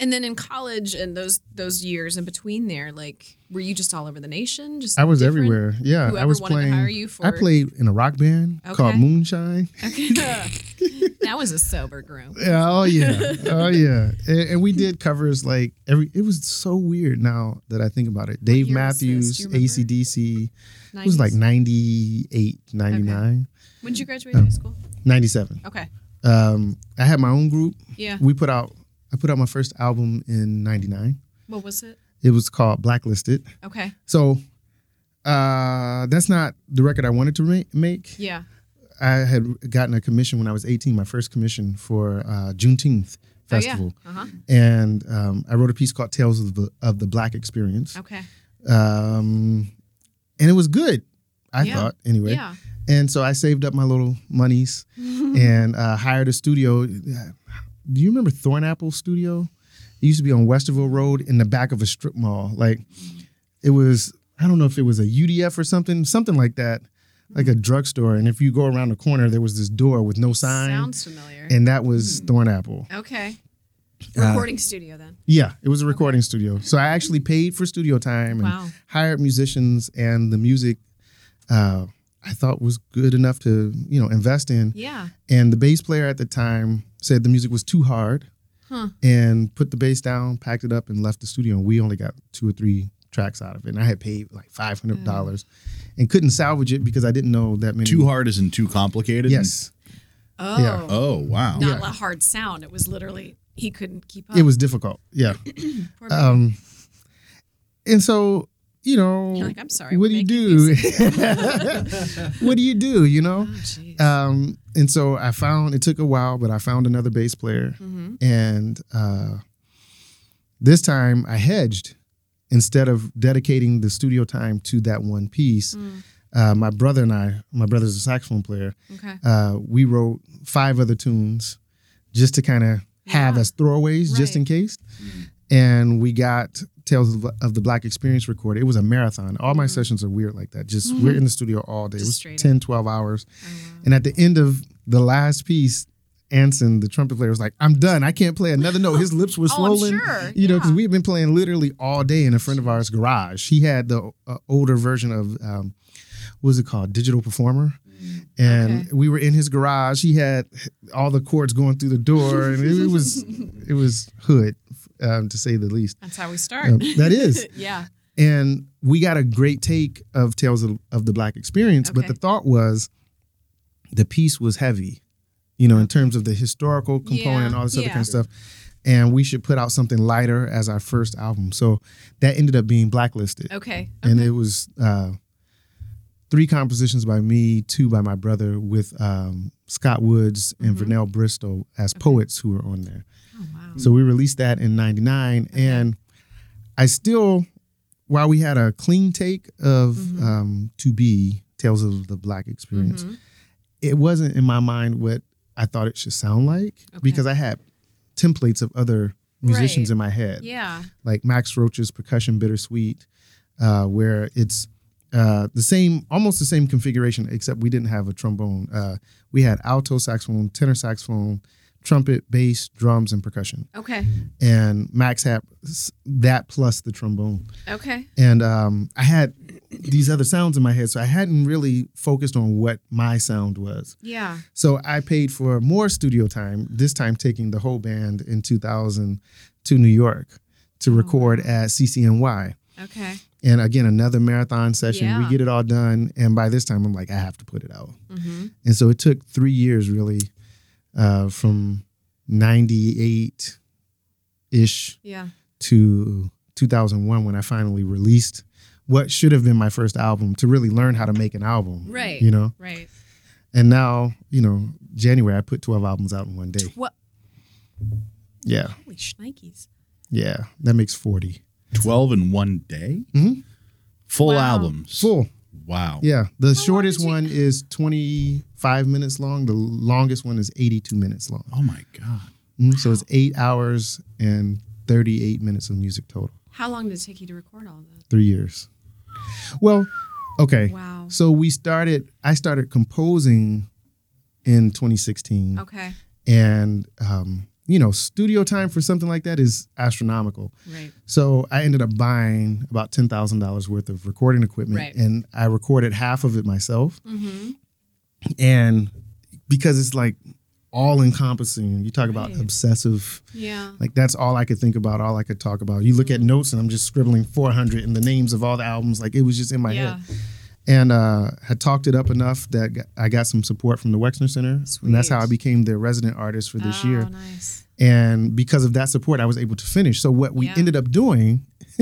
S1: And then in college and those those years in between there, like, were you just all over the nation? Just
S3: I was
S1: different-
S3: everywhere. Yeah, I
S1: whoever
S3: was
S1: wanted to
S3: playing.
S1: hire you
S3: I
S1: for-
S3: played in a rock band called
S1: Okay.
S3: Moonshine.
S1: Okay. that was a sober group.
S3: Yeah, oh yeah, oh yeah, and, and we did covers like every. It was so weird now that I think about it. Dave
S1: year was this? Do
S3: Matthews,
S1: you remember?
S3: ACDC. It was like 98, 99,
S1: When did you graduate
S3: oh.
S1: high school?
S3: 97.
S1: Okay.
S3: Um, I had my own group.
S1: Yeah.
S3: We put out. I put out my first album in '99.
S1: What was it?
S3: It was called Blacklisted.
S1: Okay.
S3: So uh, that's not the record I wanted to ma- make.
S1: Yeah. Oh,
S3: I had gotten a commission when I was 18, my first commission for uh, Juneteenth Festival.
S1: Oh, yeah. Uh
S3: And um, I wrote a piece called Tales of the, of the Black Experience.
S1: huh. Okay.
S3: Um, and it was good, I
S1: Yeah.
S3: thought, anyway.
S1: Yeah.
S3: And so I saved up my little monies and uh, hired a studio. Do you remember Thornapple Studio? It used to be on Westerville Road in the back of a strip mall. Like it was, I don't know if it was a UDF or something, something like that, like a drugstore. And if you go around the corner, there was this door with no sign,
S1: Sounds Hmm. familiar.
S3: and that was Thornapple.
S1: okay.
S3: Uh,
S1: Recording studio then.
S3: Yeah, it was a recording studio. So I actually paid for studio time and
S1: Wow.
S3: hired musicians, and the music uh, I thought was good enough to you know invest in.
S1: Yeah.
S3: And the bass player at the time said the music was too hard
S1: Huh.
S3: and put the bass down, packed it up, and left the studio. And we only got two or three tracks out of it. And I had paid like $500 and couldn't salvage it because I didn't know that many.
S2: Too hard isn't too complicated.
S3: Yes.
S1: Oh.
S2: Oh wow.
S1: Not a hard sound. It was literally he couldn't keep up.
S3: It was difficult. Yeah.
S1: Oh. Poor man.
S3: Um, and so, you know,
S1: You're like, I'm sorry.
S3: what
S1: we're
S3: do you
S1: making
S3: do?
S1: music."
S3: what do you do, you know?
S1: Oh, jeez.
S3: Um, and so I found it took a while, but I found another bass player,
S1: Mm-hmm.
S3: and uh, this time I hedged. Instead of dedicating the studio time to that one piece,
S1: Mm.
S3: uh, my brother and I, my brother's a saxophone player,
S1: okay.
S3: uh, we wrote five other tunes just to kind of have
S1: Yeah.
S3: as throwaways, just in
S1: Right.
S3: case. And we got Tales of, of the Black Experience recorded. It was a marathon. All my sessions are weird like that. Just we're in the studio all day.
S1: Mm-hmm. Just
S3: it
S1: straight
S3: was
S1: up.
S3: 10, 12 hours.
S1: Oh, wow.
S3: And at the end of the last piece, Anson, the trumpet player, was like, "I'm done. I can't play another note." His lips were
S1: Oh, I'm
S3: swollen,
S1: sure.
S3: you know, because
S1: Yeah.
S3: we had been playing literally all day in a friend of ours' garage. He had the uh, older version of um, what was it called, Digital Performer, and
S1: Mm. Okay.
S3: we were in his garage. He had all the chords going through the door, and it, it was it was hood, um, to say the least.
S1: That's how we start.
S3: Um, that is.
S1: yeah.
S3: And we got a great take of Tales of, of the Black Experience, but
S1: Okay.
S3: the thought was the piece was heavy, you know, in terms of the historical component
S1: Yeah,
S3: and all this other
S1: yeah.
S3: kind of stuff. And we should put out something lighter as our first album. So that ended up being blacklisted.
S1: Okay.
S3: And it was uh, three compositions by me, two by my brother, with um, Scott Woods and
S1: Mm-hmm.
S3: Vernell Bristol as poets who were on there.
S1: Oh, wow.
S3: So we released that in 99. And I still, while we had a clean take of
S1: Mm-hmm.
S3: um, To Be, Tales of the Black Experience, it wasn't in my mind what I thought it should sound like because I had templates of other musicians
S1: Right.
S3: in my head,
S1: Yeah.
S3: like Max Roach's Percussion Bittersweet, uh, where it's uh, the same, almost the same configuration, except we didn't have a trombone. Uh, we had alto saxophone, tenor saxophone, trumpet, bass, drums, and percussion
S1: Okay.
S3: and Max had s- that plus the trombone.
S1: Okay.
S3: And um, I had these other sounds in my head, so I hadn't really focused on what my sound was.
S1: Yeah.
S3: So I paid for more studio time, this time taking the whole band in 2000 to New York
S1: Oh,
S3: to record at CCNY.
S1: Okay.
S3: And again, another marathon session.
S1: Yeah.
S3: We get it all done. And by this time, I'm like, I have to put it out.
S1: Mm-hmm.
S3: And so it took three years, really, uh, from 98 ish
S1: Yeah.
S3: to 2001 when I finally released what should have been my first album to really learn how to make an album.
S1: Right.
S3: You know,
S1: Right.
S3: And now, you know, January, I put 12 albums out in one day.
S1: What?
S3: Yeah.
S1: Holy shnikes.
S3: Yeah. That makes 40.
S2: 12 in one day?
S3: Mhm.
S2: Full
S1: Wow.
S2: albums.
S3: Full.
S2: Wow.
S3: Yeah. The
S1: long
S3: shortest
S1: did you-
S3: one is 25 minutes long. The longest one is 82 minutes long.
S2: Oh my God.
S3: Mhm. So it's eight hours and 38 minutes of music total.
S1: How long did it take you to record all that?
S3: Three years. Well, okay.
S1: Wow.
S3: So we started, I started composing in 2016.
S1: Okay.
S3: and um, you know studio time for something like that is astronomical
S1: Right.
S3: so i ended up buying about $10000 worth of recording equipment
S1: Right.
S3: and i recorded half of it myself
S1: Mm-hmm.
S3: and because it's like all encompassing you talk about
S1: Right.
S3: obsessive
S1: Yeah.
S3: like that's all i could think about all i could talk about you look at
S1: Mm-hmm.
S3: notes and i'm just scribbling 400 and the names of all the albums like it was just in my
S1: yeah.
S3: head and uh, had talked it up enough that g- I got some support from the Wexner Center, and that's how I
S1: Sweet.
S3: became their resident artist for this
S1: oh,
S3: year.
S1: nice.
S3: And because of that support, I was able to finish. So what we
S1: Yeah.
S3: ended up doing,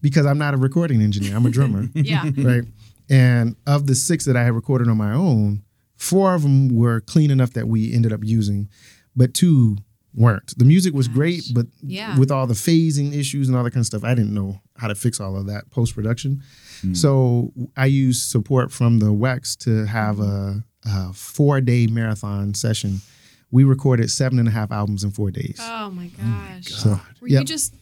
S3: because I'm not a recording engineer, I'm a drummer,
S1: Yeah.
S3: right? And of the six that I had recorded on my own, four of them were clean enough that we ended up using, but two weren't. The music was great, but
S1: Yeah.
S3: with all the phasing issues and all that kind of stuff, I didn't know how to fix all of that post production. So I used support from the Wex to have a, a four day marathon session. We recorded seven and a half albums in four days.
S1: Oh my gosh.
S3: So,
S1: Were
S3: yeah.
S1: you just?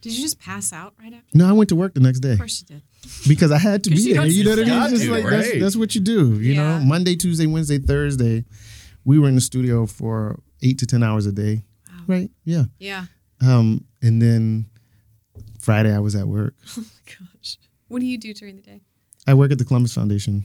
S1: Did you just pass out right after?
S3: no, I went to work the next day
S1: Of course you did.
S3: because I had to
S1: 'Cause
S3: be
S1: you
S3: there.
S1: don't
S3: You know what I mean?
S1: got
S3: It's just
S2: to,
S3: like that's,
S2: right?
S3: that's what you do. You
S1: Yeah.
S3: know, Monday, Tuesday, Wednesday, Thursday, we were in the studio for eight to ten hours a day.
S1: Wow.
S3: Right? Yeah.
S1: Yeah.
S3: Um, and then Friday, I was at work.
S1: Oh my gosh. What do you do during the day?
S3: I work at the Columbus Foundation,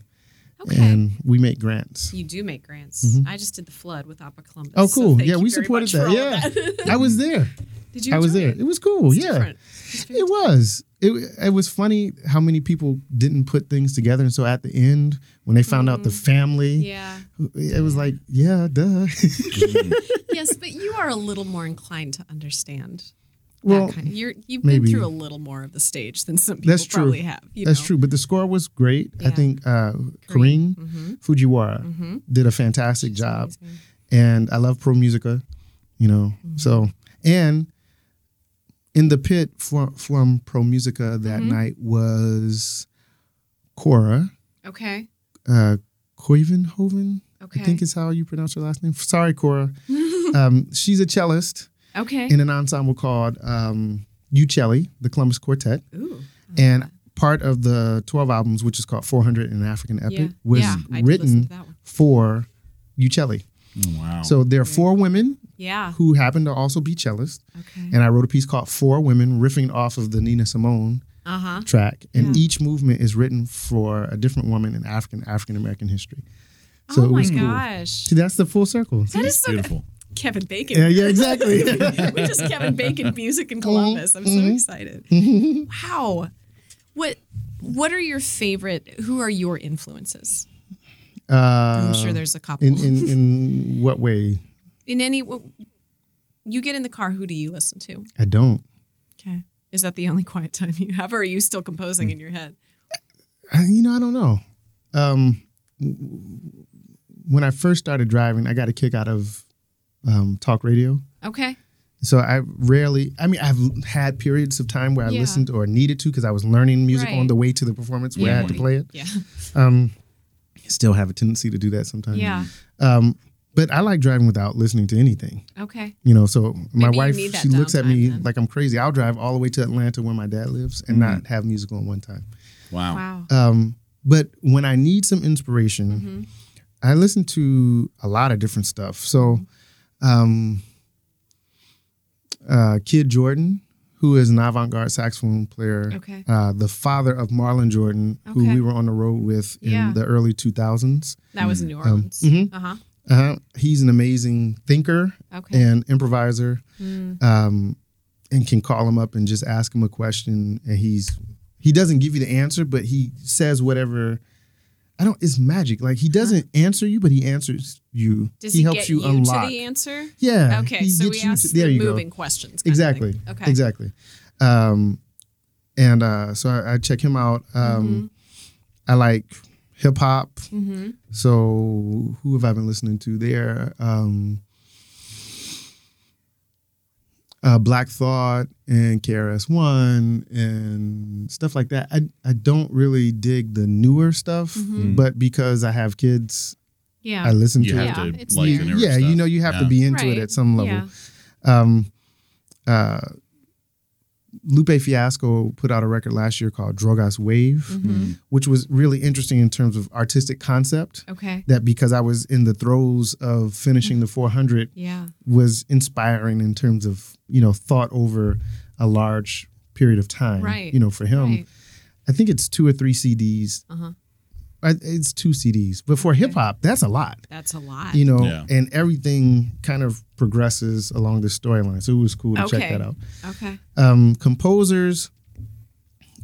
S1: Okay.
S3: and we make grants.
S1: you do make grants. I just did the flood with Oppa Columbus.
S3: Mm-hmm. Oh,
S1: so
S3: cool.
S1: thank
S3: yeah,
S1: you
S3: we
S1: very
S3: supported
S1: much for
S3: that.
S1: all of
S3: Yeah,
S1: that.
S3: I was there.
S1: did you?
S3: I was
S1: enjoy
S3: there.
S1: It,
S3: It was cool.
S1: It's
S3: yeah,
S1: different. It's very
S3: it was. It it was funny how many people didn't put things together, and so at the end, when they found out the family,
S1: Mm. Yeah.
S3: it was like, yeah, duh.
S1: yes, but you are a little more inclined to understand.
S3: well,
S1: that kind of, you're, you've
S3: maybe.
S1: been through a little more of the stage than some people
S3: That's true.
S1: probably have. you
S3: that's
S1: know?
S3: true. But the score was great. I
S1: Yeah. Mm-hmm.
S3: think uh, Kareem Fujiwara did a fantastic job,
S1: amazing. Mm-hmm.
S3: and I love Pro Musica. You know, so and in the pit for, from Pro Musica that
S1: Mm-hmm.
S3: night was Cora
S1: Okay.
S3: uh, Koivenhoven.
S1: Okay.
S3: I think is how you pronounce her last name. Sorry, Cora. um, she's a cellist
S1: Okay.
S3: in an ensemble called um, Uccelli, the Columbus Quartet.
S1: Ooh.
S3: And part of the 12 albums, which is called 400 in African Epic,
S1: Yeah.
S3: was
S1: yeah, I did listen
S3: written
S1: to that one.
S3: for Uccelli.
S2: Wow.
S3: So there are four women
S1: Yeah.
S3: who happen to also be cellists.
S1: Okay.
S3: And I wrote a piece called Four Women, riffing off of the Nina Simone
S1: Uh huh.
S3: track. And each movement is written for a different woman in African African American history. So
S1: oh
S3: it
S1: my
S3: was cool.
S1: gosh.
S3: See, that's the full circle.
S1: That is so
S2: beautiful.
S1: Kevin Bacon.
S3: Yeah, yeah, exactly. Mm-hmm.
S1: we just Kevin Bacon music in Columbus. I'm so excited. wow. What what are your favorite who are your influences? I'm
S3: uh,
S1: sure there's a couple.
S3: in,
S1: In,
S3: in in what way?
S1: any w- you get in the car, who do you listen to?
S3: I don't.
S1: Okay. Is that the only quiet time you have or are you still composing in your head?
S3: I, you know, I don't know. Um, when I first started driving, I got a kick out of um, talk radio.
S1: Okay.
S3: So I rarely, I mean, I've had periods of time where I
S1: Yeah.
S3: listened or needed to because I was learning music
S1: Right.
S3: on the way to the performance where I had to play it.
S1: Yeah.
S3: Um, still have a tendency to do that sometimes.
S1: Yeah.
S3: Um, but I like driving without listening to anything.
S1: Okay.
S3: You know, so my
S1: Maybe you
S3: wife,
S1: need that
S3: she looks at
S1: downtime
S3: me
S1: then. Mm-hmm.
S3: like I'm crazy. I'll drive all the way to Atlanta where my dad lives and not have music on one time.
S2: wow.
S1: Wow.
S3: Um, but when I need some inspiration,
S1: Mm-hmm.
S3: I listen to a lot of different stuff. So,
S1: Mm-hmm.
S3: um, uh, Kid Jordan, who is an avant garde saxophone player,
S1: Okay.
S3: uh, the father of Marlon Jordan, who
S1: Okay.
S3: we were on the road with in
S1: Yeah.
S3: the early 2000s.
S1: That was in New Orleans.
S3: mhm.
S1: Uh-huh.
S3: Uh, he's an amazing thinker
S1: Okay. Mm.
S3: and improviser, um, and can call him up and just ask him a question, and he's he doesn't give you the answer, but he says whatever. I don't. It's magic. Like he doesn't answer you, but he answers you.
S1: Uh-huh. Does he,
S3: helps
S1: get
S3: you,
S1: you,
S3: unlock.
S1: to the answer?
S3: yeah.
S1: Okay,
S3: he
S1: so
S3: gets
S1: we
S3: you
S1: ask
S3: to- there you go.
S1: moving questions. kind of thing.
S3: Exactly.
S1: Okay.
S3: Exactly.
S1: Mm-hmm.
S3: Um, and uh, so I, I check him out. Um, I like hip hop.
S1: hmm
S3: So who have I been listening to there? Um, uh, Black Thought and KRS One and stuff like that. I I don't really dig the newer stuff,
S1: Mhm.
S3: but because I have kids, Mm-hmm. I
S1: Yeah.
S3: listen
S2: You
S3: to
S2: have
S3: it.
S1: Yeah,
S2: to
S1: it's
S2: like
S1: new.
S2: the newer
S3: Yeah, you
S2: stuff.
S3: know, you have to
S2: Yeah.
S3: be into
S1: Right.
S3: it at some level.
S1: Yeah.
S3: Um, uh, Lupe Fiasco put out a record last year called Drogas Wave,
S2: Mm.
S1: hmm
S3: which was really interesting in terms of artistic concept
S1: Okay.
S3: that because I was in the throes of finishing the
S1: Mm-hmm.
S3: 400
S1: Yeah.
S3: was inspiring in terms of, you know, thought over a large period of time,
S1: Right.
S3: you know, for him.
S1: right.
S3: I think it's two or three CDs.
S1: Uh-huh.
S3: I- It's two CDs. But for
S1: Okay.
S3: hip hop, that's a lot,
S1: That's a lot.
S3: you know,
S2: Yeah.
S3: and everything kind of progresses along the storyline. So it was cool to check
S1: Okay.
S3: that out.
S1: okay.
S3: Um, composers,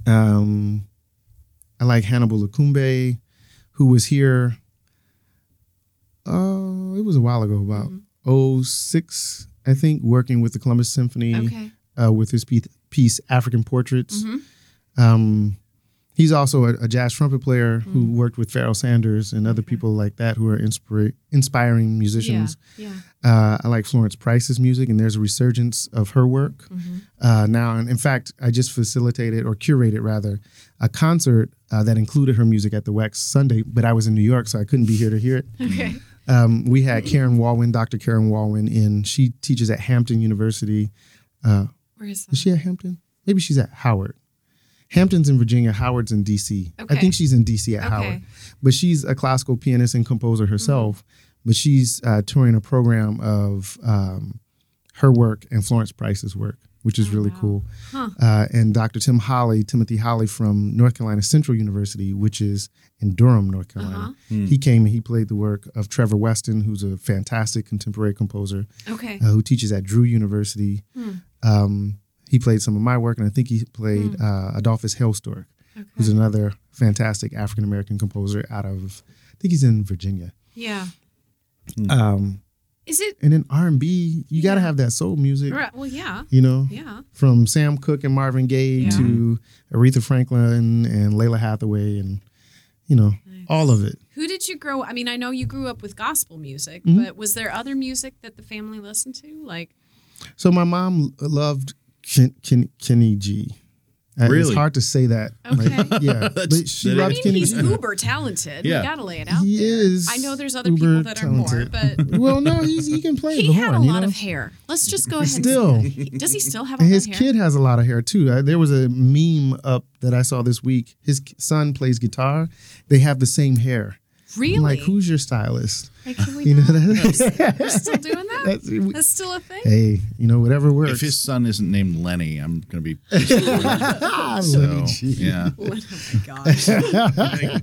S3: um, I like Hannibal Lucumbe, who was here. Uh, it was a while ago, about oh six, 06, I think, working with the Columbus Symphony
S1: Okay.
S3: uh, with his piece, piece African Portraits.
S1: Mhm.
S3: Um, he's also a, a jazz trumpet player
S1: Mm.
S3: who worked with Pharoah Sanders and other people like that who are inspira- inspiring
S1: Mm-hmm. Yeah.
S3: musicians.
S1: Yeah.
S3: Uh, I like Florence Price's music, and there's a resurgence of her work uh, now. And in fact, I just facilitated or curated rather a concert uh, that included her music at the Wex Sunday, but I was in New York, so I couldn't be here to hear it.
S1: Okay.
S3: Um, we had Karen Walwin, Dr. Karen Walwin, in. She teaches at Hampton University. Uh,
S1: Where is that?
S3: is she at Hampton? Maybe she's at Howard. Hampton's in Virginia, Howard's in DC.
S1: Okay.
S3: I think she's in DC at
S1: Okay. Mm-hmm.
S3: Howard. But she's a classical pianist and composer herself, but she's uh, touring a program of um, her work and Florence Price's work, which is
S1: Oh,
S3: really
S1: wow.
S3: cool.
S1: Huh.
S3: Uh, and Dr. Tim Holly, Timothy Holly from North Carolina Central University, which is in Durham, North Carolina.
S1: Uh-huh.
S2: Hmm.
S3: He came and he played the work of Trevor Weston, who's a fantastic contemporary composer
S1: Okay.
S3: uh, who teaches at Drew University.
S1: Hmm.
S3: Um, he played some of my work, and I think he played
S1: Hmm.
S3: uh, Adolphus Hellstork, who's
S1: Okay.
S3: another fantastic African American composer out of, I think he's in Virginia.
S1: Yeah.
S3: Um,
S1: Is it?
S3: and then R and B, you got to
S1: Yeah.
S3: have that soul music,
S1: right, Well, yeah.
S3: you know,
S1: Yeah.
S3: from Sam Cooke and Marvin Gaye
S1: Yeah.
S3: to Aretha Franklin and Layla Hathaway, and you know,
S1: Nice.
S3: all of it.
S1: Who did you grow? I mean, I know you grew up with gospel music,
S3: Mhm.
S1: but was there other music that the family listened to? Like,
S3: So my mom loved Ken, Ken, Kenny G. Uh, It's
S2: Really?
S3: hard to say that.
S1: Okay.
S3: yeah.
S2: That's-
S3: But she
S2: that
S1: I
S2: Rob
S3: loved
S1: mean,
S3: Kenny
S1: he's
S3: G.
S1: uber talented.
S2: Yeah.
S1: You gotta lay it out.
S3: He
S1: there.
S3: is
S1: I know there's other
S3: uber
S1: people that are more,
S3: talented.
S1: but
S3: well, no, he's, he can play
S1: he
S3: the
S1: had
S3: horn.
S1: a
S3: you
S1: lot
S3: know?
S1: of hair. Let's just go ahead.
S3: Still.
S1: and say that. does he still have all
S3: And his
S1: that hair?
S3: kid has a lot of hair too. Uh, there was a meme up that I saw this week. His k- son plays guitar. They have the same hair.
S1: Really?
S3: I'm like, who's your stylist?
S1: Like, can we
S3: You know
S1: not? We're
S3: that?
S1: still doing that.
S3: That's- we-
S1: That's still a thing.
S3: hey, you know whatever works.
S2: If his son isn't named Lenny, I'm gonna be
S3: Ah,
S2: so
S3: Lenny G.
S2: yeah.
S1: Oh my gosh.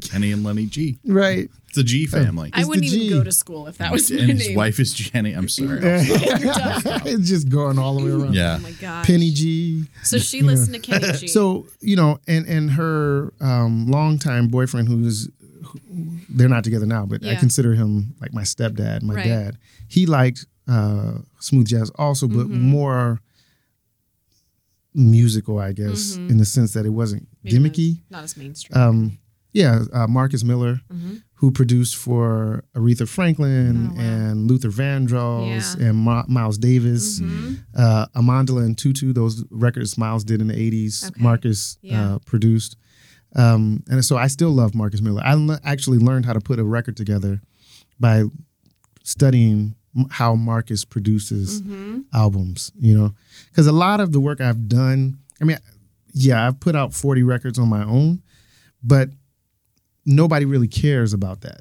S2: Kenny and Lenny G.
S3: Right.
S2: It's a G family.
S1: I
S3: He's the
S1: wouldn't even
S3: G.
S1: go to school if that was my
S2: and his
S1: name.
S2: wife is Jenny. I'm sorry. I'll stop.
S3: it's just going all the way around.
S2: Yeah.
S1: Oh my gosh.
S3: Penny G.
S1: So she listened to Kenny G.
S3: So you know, and and her um, longtime boyfriend, who's who- they're not together now, but I
S1: Yeah.
S3: consider him like my stepdad, my
S1: Right.
S3: dad. He liked uh, smooth jazz also, but
S1: Mm-hmm.
S3: more musical, I guess,
S1: Mm-hmm.
S3: in the sense that it wasn't
S1: Maybe not-
S3: gimmicky.
S1: Not as mainstream.
S3: Um, yeah, uh, Marcus Miller, who produced for Aretha Franklin
S1: Mm-hmm. Oh, wow.
S3: and Luther Vandross
S1: Yeah. Mm-hmm.
S3: and Ma- Miles Davis, uh, Amandla and Tutu. Those records Miles did in the '80s.
S1: Okay.
S3: Marcus
S1: Yeah.
S3: uh, produced, um, and so I still love Marcus Miller. I le- actually learned how to put a record together by studying m- how Marcus produces albums, you know? Because a lot of the work I've done, I mean, yeah, I've put out 40 records on my own, but nobody really cares about that.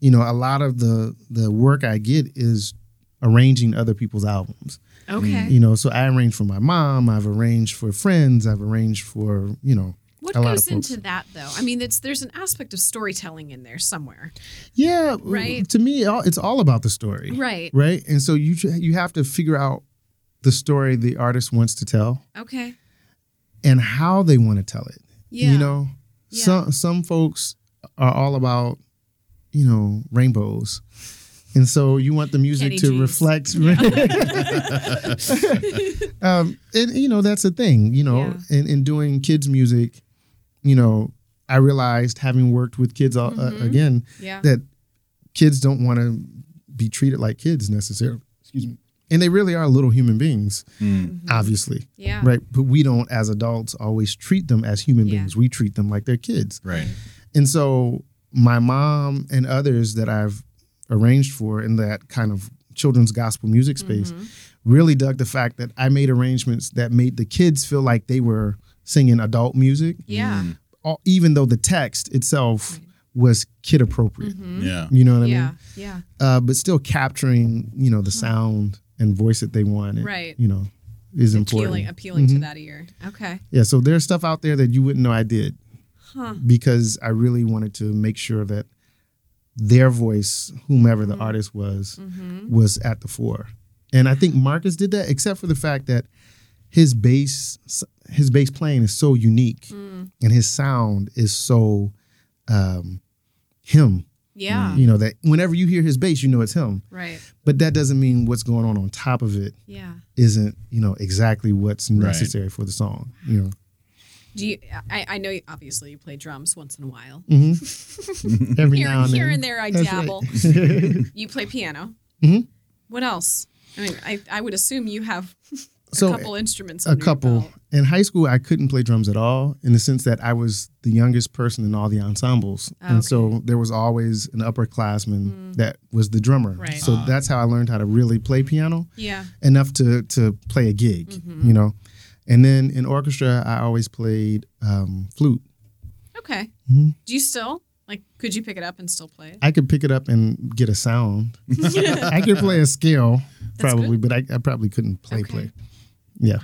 S3: You know, a lot of the the work I get is arranging other people's albums.
S1: okay.
S3: You know, so I arrange for my mom, I've arranged for friends, I've arranged for, you know,
S1: What
S3: a lot of
S1: goes
S3: folks.
S1: into that though? I mean, it's there's an aspect of storytelling in there somewhere,
S3: Yeah,
S1: Right.
S3: to me it all- it's all about the story.
S1: right?
S3: right and so you you have to figure out the story the artist wants to tell
S1: Okay,
S3: and how they want to tell it
S1: yeah,
S3: you know
S1: Yeah.
S3: some some folks are all about you know rainbows and so you want the music
S1: Kenny
S3: to
S1: G's.
S3: reflect um and you know that's the thing you know in, in doing kids music you know I realized having worked with kids all, uh, again
S1: Mm-hmm. Yeah.
S3: that kids don't want to be treated like kids necessarily. Excuse me. And they really are little human beings,
S1: Mm-hmm.
S2: Mm,
S3: obviously.
S1: Yeah.
S3: Right. But we don't, as adults, always treat them as human
S1: Yeah.
S3: beings. We treat them like they're kids.
S2: Right.
S3: And so my mom and others that I've arranged for in that kind of children's gospel
S1: Mm-hmm.
S3: music space really dug the fact that I made arrangements that made the kids feel like they were singing adult music,
S1: Yeah.
S2: Mm-hmm.
S3: all- even though the text itself was kid appropriate.
S2: Yeah.
S3: You know what I
S1: Mm-hmm. Yeah.
S3: mean?
S1: Yeah.
S3: Uh, but still capturing, you know, the sound and voice that they want. and,
S1: Right.
S3: You know, is
S1: Appealing,
S3: important. Mm-hmm.
S1: appealing to that ear. Okay.
S3: Yeah. So there's stuff out there that you wouldn't know I did
S1: Huh.
S3: because I really wanted to make sure that their voice, whomever the artist was,
S1: Mm-hmm.
S3: was at the fore. And I think Marcus did that, except for the fact that his bass, his bass playing is so unique, and his sound is so um, him.
S1: Yeah.
S3: You know that whenever you hear his bass, you know it's him.
S1: Right.
S3: But that doesn't mean what's going on on top of it
S1: Yeah.
S3: isn't you know exactly what's necessary for the song. You know,
S1: Do you? I, I know. You, obviously, you play drums once in a while.
S3: Mm-hmm. every
S1: Here,
S3: now and
S1: here
S3: then.
S1: and there, I
S3: That's right.
S1: dabble. you play piano.
S3: Mhm.
S1: What else? I mean, I, I would assume you have a
S3: So,
S1: couple instruments.
S3: a
S1: under your
S3: couple.
S1: belt.
S3: In high school, I couldn't play drums at all in the sense that I was the youngest person in all the ensembles. And so there was always an upperclassman that was the drummer.
S1: Hmm. Right. Ah.
S3: So that's how I learned how to really play piano
S1: Yeah.
S3: enough to to play a gig,
S1: Mm-hmm.
S3: you know. And then in orchestra, I always played um, flute.
S1: Okay.
S3: Mhm.
S1: Do you still like? Could you pick it up and still play it?
S3: I could pick it up and get a sound. I could play a scale
S1: That's
S3: probably, but I, I probably couldn't play
S1: Okay.
S3: play. Yeah.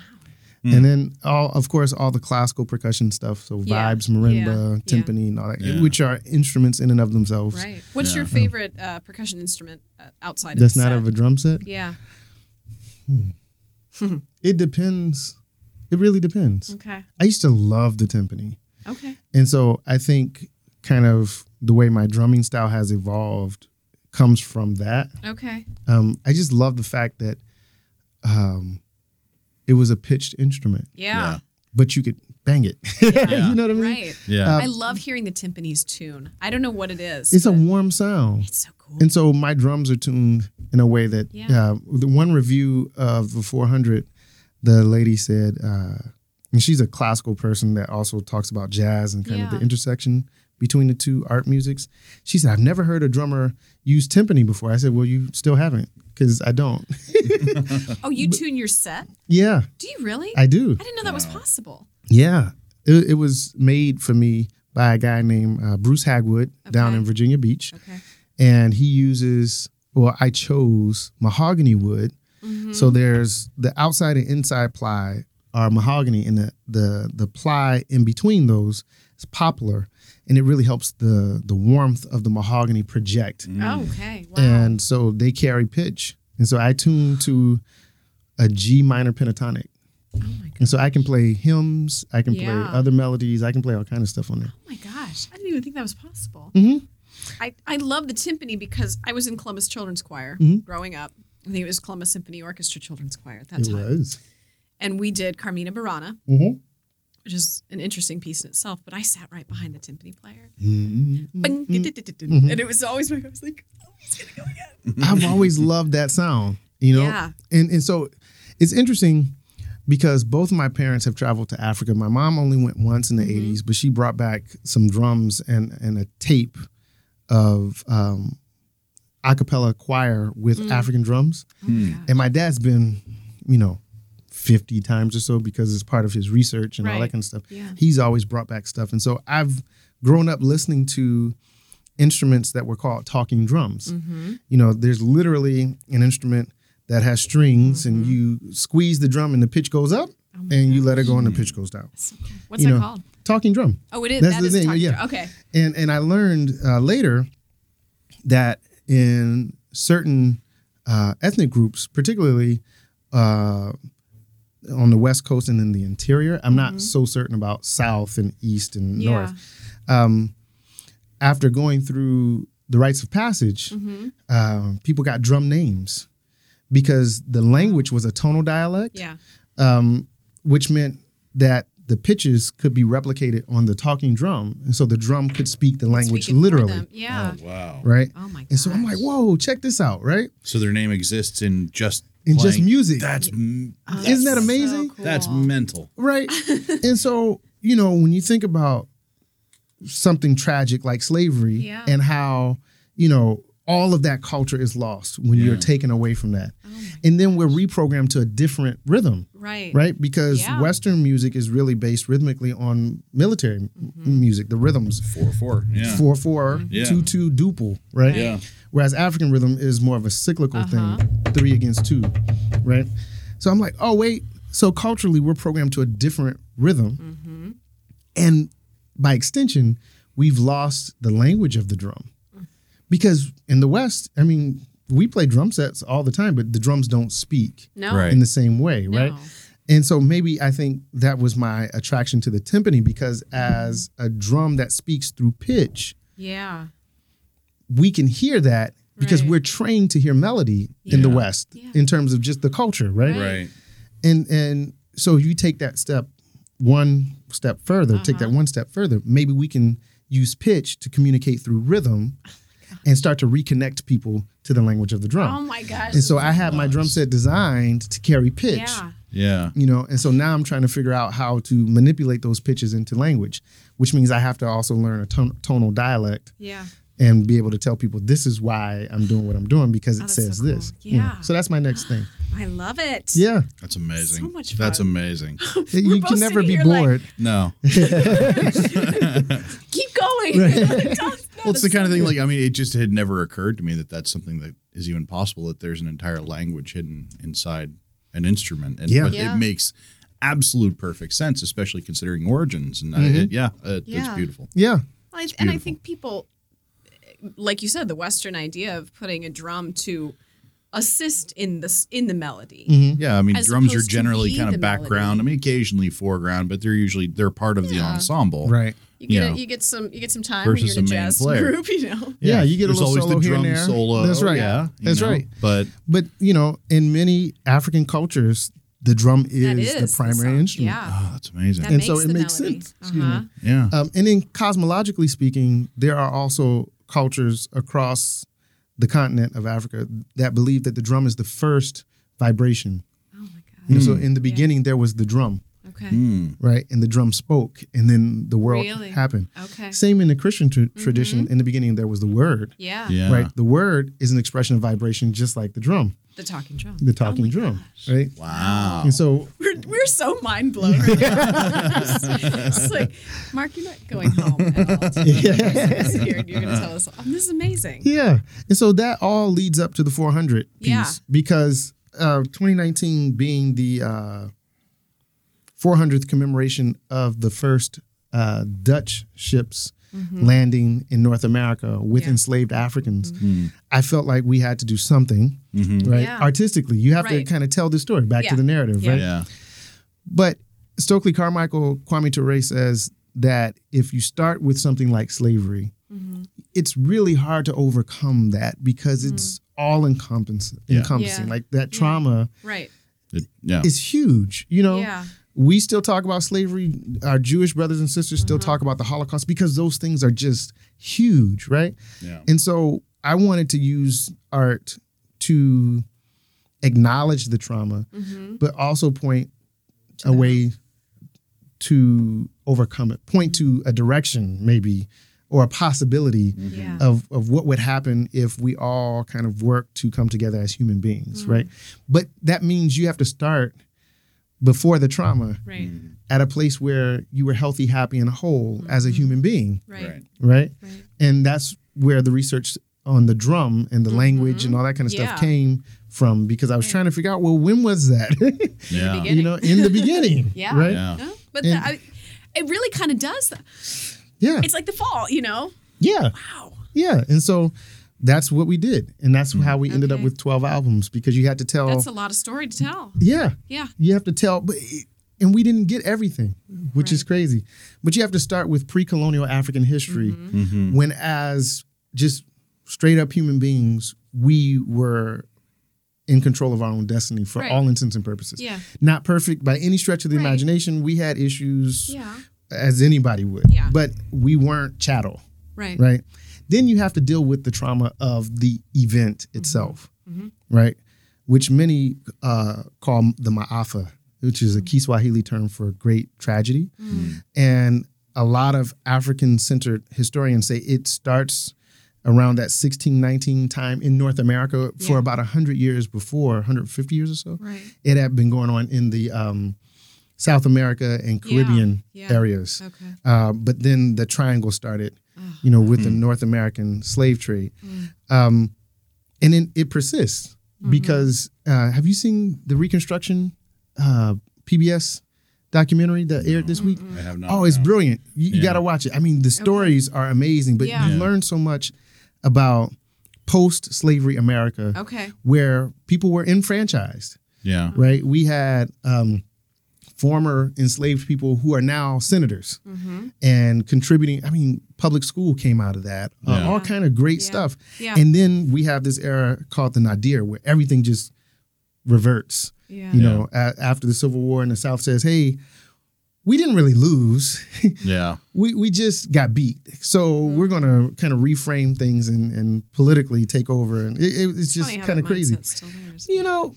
S3: And then all of course all the classical percussion stuff, so
S1: Yeah,
S3: vibes, marimba,
S1: yeah, yeah.
S3: timpani, and all that,
S2: Yeah.
S3: which are instruments in and of themselves.
S1: Right. What's your favorite uh, percussion instrument uh, outside of
S3: That's
S1: the
S3: not
S1: set?
S3: of a drum set.
S1: Yeah.
S3: It depends. It really depends.
S1: Okay.
S3: I used to love the timpani.
S1: Okay.
S3: And so I think kind of the way my drumming style has evolved comes from that.
S1: Okay.
S3: Um, I just love the fact that um, it was a pitched instrument,
S1: Yeah.
S3: but you could bang it. you know what I mean?
S1: Right.
S2: Yeah.
S3: Uh,
S1: I love hearing the timpani's tune. I don't know what it is.
S3: Um, It's a
S1: but
S3: warm sound.
S1: it's so cool.
S3: And so my drums are tuned in a way that
S1: Yeah.
S3: uh, the one review of the 400, the lady said, uh, and she's a classical person that also talks about jazz and kind of
S1: Yeah.
S3: the intersection between the two art musics. She said, I've never heard a drummer use timpani before. I said, Well, you still haven't because I don't.
S1: oh, you tune your set?
S3: yeah,
S1: Do you really?
S3: I do.
S1: I didn't know that was possible.
S3: Yeah, it, it was made for me by a guy named uh, Bruce Hagwood down
S1: Okay.
S3: in Virginia Beach,
S1: Okay.
S3: and he uses well, I chose mahogany wood.
S1: Mm-hmm.
S3: So there's the outside and inside ply are mahogany, and the the the ply in between those is poplar, and it really helps the the warmth of the mahogany project,
S1: Oh, okay. Wow.
S3: and so they carry pitch, and so I tune to a G minor pentatonic.
S1: oh my god.
S3: And so I can play hymns, I can
S1: Yeah.
S3: play other melodies, I can play all kind of stuff on there.
S1: Oh my gosh. I didn't even think that was possible.
S3: Mhm.
S1: I, I love the timpani because I was in Columbus Children's Choir
S3: Mm-hmm.
S1: growing up. I think it was Columbus Symphony Orchestra Children's Choir at that time.
S3: was.
S1: And we did Carmina Burana,
S3: Mhm.
S1: which is an interesting piece in itself, but I sat right behind the timpani player.
S3: Mhm.
S1: Bing, di-di-di-di-di.
S3: Mm-hmm.
S1: And it was always like, I was like, oh, he's going to go again.
S3: I've always loved that sound, you know?
S1: Yeah.
S3: And and so it's interesting because both my parents have traveled to Africa. My mom only went once in
S1: Mm-hmm.
S3: the 80s, but she brought back some drums and and a tape of um a cappella choir with
S1: Mm.
S3: African drums.
S1: Oh
S3: And my dad's been, you know, 50 times or so because it's part of his research and all
S1: Right.
S3: that kind of stuff.
S1: Yeah.
S3: He's always brought back stuff. And so I've grown up listening to instruments that were called talking drums.
S1: Mm-hmm.
S3: You know, there's literally an instrument that has strings and
S1: Mm-hmm.
S3: you squeeze the drum and the pitch goes up and you let it go and the pitch goes down.
S1: Oh What's
S3: you
S1: that
S3: know,
S1: called?
S3: talking drum.
S1: Oh, it is.
S3: that's
S1: that
S3: the
S1: is a
S3: thing,
S1: talking
S3: yeah.
S1: drum. Okay.
S3: And and I learned uh, later that in certain uh, ethnic groups, particularly uh, on the West Coast and in the interior, I'm not so certain about South and East and
S1: Mm-hmm. Yeah.
S3: North. Um, after going through the rites of passage,
S1: Mm-hmm.
S3: um, people got drum names because the language was a tonal dialect
S1: Yeah.
S3: um, which meant that the pitches could be replicated on the talking drum, and so the drum could speak the language
S1: Speaking for
S3: literally,
S1: them. Yeah.
S2: Oh, wow.
S3: right?
S1: Oh, my god.
S3: And so I'm like, whoa, check this out, right?
S2: So their name exists in just
S3: In just
S2: playing-
S3: music.
S2: That's m
S1: Uh,
S3: Isn't that amazing?
S2: that's mental.
S3: right? and so, you know, when you think about something tragic like slavery
S1: Yeah.
S3: and how, you know, all of that culture is lost when you're
S2: Yeah.
S3: taken away from that.
S1: Oh
S3: and then we're reprogrammed to a different rhythm,
S1: right.
S3: right? Because
S1: Yeah.
S3: Western music is really based rhythmically on military m-
S1: Mm-hmm.
S3: music, the rhythms.
S2: Four four. Yeah.
S3: Four four,
S2: Yeah.
S3: two two duple, right?
S2: Yeah.
S3: Whereas African rhythm is more of a cyclical thing, three against two, right? So I'm like, oh wait, so culturally we're programmed to a different rhythm, and by extension, we've lost the language of the drum, because in the West, I mean, we play drum sets all the time, but the drums don't speak
S1: No.
S2: Right.
S3: in the same way, right?
S1: No.
S3: And so maybe I think that was my attraction to the timpani because as a drum that speaks through pitch,
S1: Yeah.
S3: we can hear that because
S1: Right.
S3: we're trained to hear melody in the
S2: Yeah.
S3: West
S1: Yeah.
S3: in terms of just the culture, right?
S2: Right.
S3: And and so if you take that step one step further, take
S1: Uh-huh.
S3: that one step further, maybe we can use pitch to communicate through rhythm and start to reconnect people to the language of the drum.
S1: Oh my gosh.
S3: and so I had my drum set designed to carry pitch
S1: Yeah.
S2: Yeah.
S3: you know and so now i'm trying to figure out how to manipulate those pitches into language which means i have to also learn a ton- tonal dialect
S1: Yeah.
S3: and be able to tell people this is why i'm doing what i'm doing because
S1: Oh,
S3: it
S1: that's so
S3: says
S1: cool.
S3: this you know.
S1: Yeah.
S3: so that's my next thing
S1: I love it.
S3: yeah
S2: That's amazing.
S1: So much
S2: That's
S1: fun.
S2: amazing.
S1: We're
S3: you
S1: both
S3: can never
S1: sitting
S3: be
S1: here like-
S3: bored
S2: No.
S1: Keep going.
S2: Well, it's the kind of thing like I mean, it just had never occurred to me that that's something that is even possible. That there's an entire language hidden inside an instrument, and
S3: Yeah.
S2: but
S1: Yeah.
S2: it makes absolute perfect sense, especially considering origins. And uh,
S3: Mm-hmm.
S2: it- yeah, uh,
S1: Yeah.
S2: it's beautiful.
S3: yeah
S1: Well, I- and I
S2: beautiful.
S1: think people, like you said, the Western idea of putting a drum to assist in this in the melody.
S3: Mm-hmm.
S2: Yeah, I mean,
S1: As
S2: drums are
S1: opposed to
S2: generally
S1: be
S2: kind
S1: the
S2: of background.
S1: melody.
S2: I mean, occasionally foreground, but they're usually they're part of the ensemble.
S3: right
S1: You get
S2: Yeah.
S1: you get some you get some time
S2: Versus
S1: when
S2: the
S1: you're in a
S2: main
S1: jazz
S2: player.
S1: group, you know.
S3: Yeah, you get a
S2: There's
S3: little
S2: always
S3: solo
S2: the
S3: here and
S2: drum
S3: there.
S2: solo.
S3: That's right.
S2: Yeah, you
S3: That's
S2: know,
S3: right.
S2: But
S3: but you know in many african cultures the drum
S1: That
S3: is, the primary
S1: song.
S3: instrument Uh-huh.
S1: Yeah.
S2: oh, that's amazing.
S1: That
S3: And
S1: makes
S3: so it
S1: the
S3: makes
S1: melody.
S3: sense. Excuse me.
S1: Uh-huh.
S2: yeah,
S3: Um, and then cosmologically speaking, there are also cultures across the continent of Africa that believe that the drum is the first vibration.
S1: Oh my
S3: You know, so in the beginning, there was the drum,
S1: god. Okay.
S2: Hmm.
S3: right? And the drum spoke, and then the world
S1: Really?
S3: happened.
S1: Okay. Mm-hmm.
S3: Same in the Christian tr- tradition. In the beginning, there was the word,
S1: Yeah.
S2: yeah,
S3: right? The word is an expression of vibration, just like the drum,
S1: The talking drum.
S3: the talking drum, right?
S2: Wow.
S3: And so,
S1: We're, we're so mind blown. Right now. it's like, Mark, you're not going home at all. today. You're just here and You're going to tell us. Oh, this is amazing.
S3: Yeah. And so that all leads up to the 400 piece
S1: Yeah.
S3: because uh, 2019 being the uh, 400th commemoration of the first uh, Dutch ships landing in North America with
S1: Mm-hmm. Yeah. Mm-hmm.
S3: enslaved Africans, I felt like we had to do something, right?
S1: Yeah.
S3: Artistically, you have
S1: Right.
S3: to kind of tell the story back
S1: Yeah.
S3: to the narrative,
S1: Yeah.
S3: right?
S2: yeah,
S3: But Stokely Carmichael, Kwame Ture says that if you start with something like slavery,
S1: Mm-hmm.
S3: it's really hard to overcome that because it's all encompassing.
S2: Yeah.
S3: encompassing.
S1: Mm. Yeah.
S3: Like that trauma
S1: Right.
S2: It- yeah.
S3: is huge. You know,
S1: Yeah.
S3: we still talk about slavery. Our Jewish brothers and sisters
S1: Mm-hmm.
S3: still talk about the Holocaust because those things are just huge, right?
S2: Yeah.
S3: And so I wanted to use art to acknowledge the trauma,
S1: Mm-hmm.
S3: but also point a way to overcome it, point to a direction maybe or a possibility
S1: Yeah.
S3: of, of what would happen if we all kind of work to come together as human beings,
S1: Mm.
S3: right? But that means you have to start before the trauma
S2: Mm-hmm.
S1: Right.
S3: at a place where you were healthy, happy, and whole as
S1: Mm-hmm.
S3: a human being,
S1: Right.
S2: Right.
S3: right?
S1: Right.
S3: And that's where the research on the drum and the language and all that kind of
S1: Mm-hmm. Yeah.
S3: stuff came from because I was trying to figure out, well, when was that?
S2: Yeah.
S1: beginning.
S3: you know, in the beginning,
S1: Yeah.
S3: right?
S2: Yeah.
S1: No, but
S3: And-
S1: the, I, it really kind of does. That.
S3: Yeah,
S1: It's like the fall, you know?
S3: yeah,
S1: Wow.
S3: yeah. And so that's what we did, and that's how we ended up
S1: Mm. Okay.
S3: with twelve albums because you had to tell.
S1: That's a lot of story to tell.
S3: yeah,
S1: Yeah.
S3: you have to tell, but it- and we didn't get everything, which is
S1: Right.
S3: crazy. But you have to start with pre-colonial African history,
S2: Mm-hmm.
S3: when as just straight up human beings, we were in control of our own destiny for
S1: Right.
S3: all intents and purposes.
S1: Yeah.
S3: Not perfect by any stretch of the
S1: Right.
S3: imagination. We had issues
S1: Yeah.
S3: as anybody would,
S1: Yeah.
S3: but we weren't chattel,
S1: Right.
S3: right? Then you have to deal with the trauma of the event
S1: Mm-hmm.
S3: itself, right? Which many uh, call the maafa, which
S1: Mm-hmm.
S3: is a Kiswahili term for great tragedy.
S1: Mm.
S3: And a lot of African centered historians say it starts around that 1619 time in North America
S1: Yeah.
S3: for about 100 years before, 150 years or so.
S1: Right.
S3: It had been going on in the um, South America and
S1: Yeah,
S3: Caribbean
S1: yeah.
S3: areas.
S1: Okay.
S3: Uh, but then the triangle started, you know, with the
S2: Mm.
S3: North American slave trade. Um, and then it persists because uh, have you seen the Reconstruction uh, PBS documentary that aired this week?
S1: Mm-hmm.
S2: I have not.
S3: Oh, it's brilliant. You, you
S2: Yeah.
S3: got to watch it. I mean, the stories are amazing, but
S1: Yeah.
S3: you
S2: Yeah.
S3: learn so much about post slavery America
S1: Okay.
S3: where people were enfranchised
S2: yeah.
S3: right? We had um, former enslaved people who are now senators
S1: Mm-hmm.
S3: and contributing. I mean, public school came out of that. Uh,
S2: Yeah.
S3: All kind of great
S1: Yeah.
S3: stuff.
S1: Yeah.
S3: And then we have this era called the Nadir, where everything just reverts.
S1: Yeah.
S3: You know, a- after the Civil War, and the South says, "Hey, we didn't really lose.
S2: Yeah.
S3: we we just got beat. So
S1: Mm-hmm.
S3: we're gonna kind of reframe things and, and politically take over." And it, it- it's just
S1: Funny how
S3: kind of
S1: that
S3: crazy
S1: mindset still lingers.
S3: you know,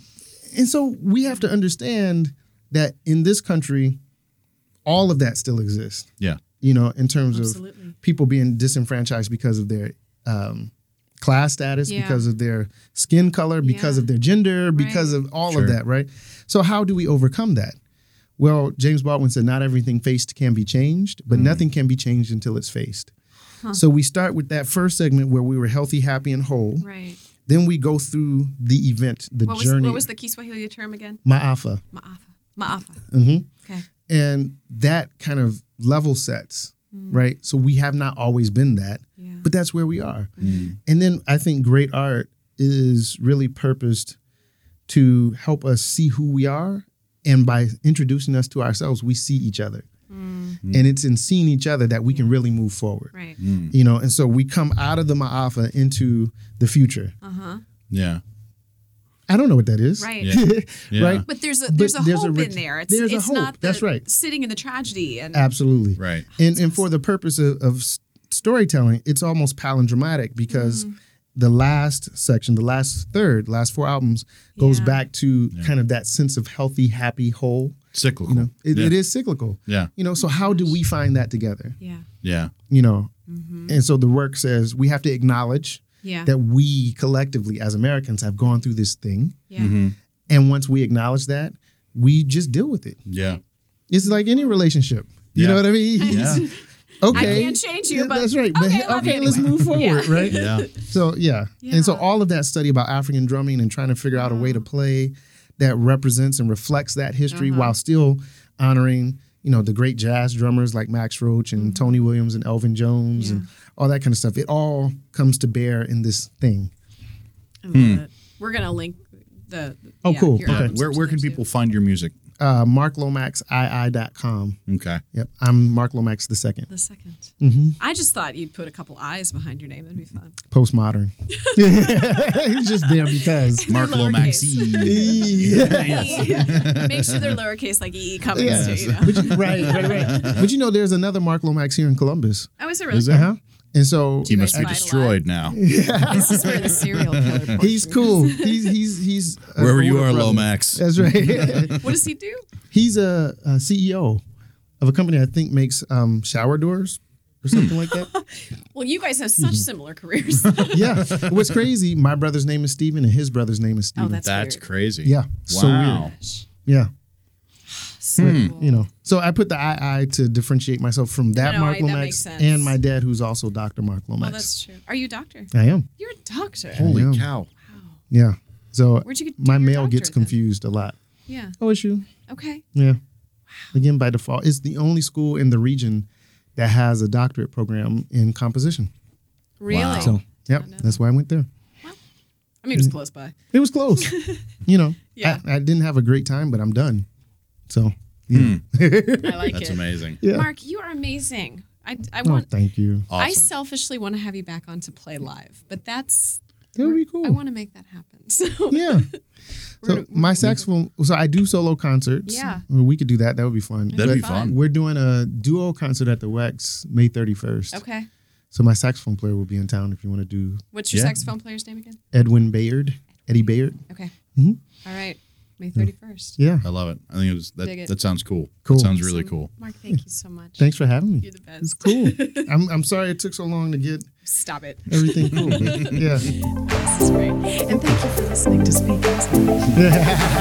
S3: and so we have to understand that in this country, all of that still exists.
S2: Yeah.
S3: You know, in terms
S1: Absolutely.
S3: of people being disenfranchised because of their um, class status,
S1: Yeah.
S3: because of their skin color, because
S1: Yeah.
S3: of their gender, because of all
S2: Sure.
S3: of that, right? So how do we overcome that? Well, James Baldwin said, "Not everything faced can be changed, but nothing can be changed until it's faced." So we start with that first segment where we were healthy, happy, and whole.
S1: Right.
S3: Then we go through the event, the
S1: What was
S3: journey.
S1: what was the Kiswahili term again?
S3: Ma'afa.
S1: Maafa. Maafa.
S3: Mhm.
S1: Okay.
S3: And that kind of level sets,
S1: Mm.
S3: right? So we have not always been that,
S1: Yeah.
S3: but that's where we are.
S1: Mm-hmm.
S2: Mm-hmm.
S3: And then I think great art is really purposed to help us see who we are. And by introducing us to ourselves, we see each other. And it's in seeing each other that we can really move forward.
S1: Mm, Mm-hmm. Right.
S3: You know, and so we come out of the Ma'afa into the future.
S1: Uh huh.
S2: Yeah.
S3: I don't know what that is.
S1: Right.
S2: Yeah. Yeah.
S3: Right?
S1: But there's a there's a
S3: there's a
S1: hope in
S3: rich-
S1: there. It's
S3: there's a
S1: it's
S3: hope.
S1: not the,
S3: That's right.
S1: sitting in the tragedy and
S3: Absolutely.
S2: Right.
S3: and and for the purpose of, of s- storytelling, it's almost palindromatic because
S1: Mm-hmm.
S3: the last section, the last third, last four albums goes
S1: Yeah.
S3: back to kind of that sense of healthy, happy, whole.
S2: Cyclical.
S3: You know, Mm-hmm. it,
S2: yeah.
S3: it is cyclical.
S2: Yeah.
S3: You know, so how do we find that together?
S1: yeah.
S2: Yeah.
S3: You know, and so the work says we have to acknowledge
S1: Mm-hmm. Yeah.
S3: that we collectively as Americans have gone through this thing,
S1: yeah.
S2: Mm-hmm.
S3: and once we acknowledge that, we just deal with it.
S2: Yeah.
S3: It's like any relationship. You
S2: Yeah.
S3: know what I mean?
S2: Yeah.
S3: okay.
S1: I can't change you,
S3: Yeah,
S1: but
S3: that's right. But
S1: okay,
S3: hey,
S1: love you
S3: okay, let's
S1: anyway.
S3: move forward,
S1: Yeah.
S3: right?
S2: Yeah.
S3: So yeah. and so
S1: Yeah.
S3: all of that study about African drumming and trying to figure out a way to play that represents and reflects that history while still honoring, you know, the great jazz drummers like Max Roach and Tony Williams and Elvin Jones and all that kind of stuff. It all comes to bear in this thing.
S1: I love it. We're gonna link the.
S3: Oh,
S1: yeah,
S3: cool.
S1: your
S2: Yeah.
S3: Okay.
S1: albums
S2: Hmm. Where
S1: up
S2: where
S1: to
S2: can
S1: there, too.
S2: people find your music?
S3: Uh, MarkLomaxII.com.
S2: Okay.
S3: Yep. I'm Mark Lomax the second.
S1: The 2nd
S3: Mm-hmm.
S1: I just thought you'd put a couple eyes behind your name. That'd be fun.
S3: Postmodern. He's just there because.
S2: Mark Lomax. E.
S1: E. Make sure they're lowercase, like E. E. Cummings. Too, you know?
S3: But you- right, right, right. But you know, there's another Mark Lomax here in Columbus.
S1: Oh, is it really?
S3: Uh huh. And so
S2: He must be
S1: Revitalized.
S2: destroyed now.
S1: This is where the serial killer. part
S3: he's
S1: is.
S3: cool. He's he's he's a
S2: Wherever you
S3: older
S2: are,
S3: brother.
S2: Lomax.
S3: That's right.
S1: What does he do?
S3: he's a, a CEO of a company I think makes um, shower doors or something like that.
S1: Well, you guys have such similar
S3: Hmm.
S1: careers.
S3: Yeah. What's crazy? My brother's name is Steven and his brother's name is Steven.
S1: Oh, that's
S2: That's
S1: weird.
S2: crazy.
S3: Yeah. So
S2: Wow.
S3: yeah.
S1: So cool.
S3: You know. So I put the II to differentiate myself from that
S1: No,
S3: Mark
S1: I- that makes
S3: Lomax
S1: sense.
S3: and my dad, who's also Dr. Mark
S1: Well,
S3: Lomax.
S1: that's true. Are you a doctor?
S3: I am.
S1: You're a doctor.
S2: Holy
S3: Yeah.
S2: cow.
S3: Yeah. So
S1: Where'd you get
S3: my
S1: your
S3: mail
S1: doctor
S3: gets
S1: then?
S3: confused a lot.
S1: Yeah.
S3: OSU.
S1: Okay.
S3: Yeah. Again, by default, it's the only school in the region that has a doctorate program in composition.
S1: Really?
S2: Wow.
S3: So, yep,
S1: Oh, know
S3: that's why I went there.
S1: I mean, it was
S3: Mm.
S1: close by.
S3: It was close. you know,
S1: Yeah.
S3: I, I didn't have a great time, but I'm done. So,
S2: Hmm.
S1: I like it.
S2: That's amazing.
S3: yeah.
S1: Mark, you are amazing. I, I
S3: oh,
S1: want.
S3: thank you.
S1: I
S2: Awesome.
S1: selfishly want to have you back on to play live, but that's
S3: That would be cool.
S1: I want to make that happen. So
S3: yeah.
S1: we're
S3: So
S1: gonna-
S3: my saxophone. So I do solo concerts.
S1: Yeah.
S3: Well, we could do that. That would be fun.
S2: That'd
S1: That'd
S2: be
S1: be
S2: fun.
S3: We're doing a duo concert at the Wex May 31st.
S1: okay.
S3: So my saxophone player will be in town if you want to do
S1: What's your
S2: Yeah.
S1: saxophone player's name again?
S3: Edwin Bayard, Eddie Bayard.
S1: Okay.
S3: Mhm.
S1: All right. May thirty first.
S3: Yeah.
S2: I love it. I think it was, that,
S1: Dig it.
S2: that sounds cool.
S3: Cool.
S2: That sounds really cool.
S1: Mark, thank you so much.
S3: Thanks for having me.
S1: You're the best.
S3: It's cool. I'm, I'm sorry it took so long to get
S1: Stop it.
S3: everything cool. but yeah.
S1: This is great. And thank you for listening to Speak Easy.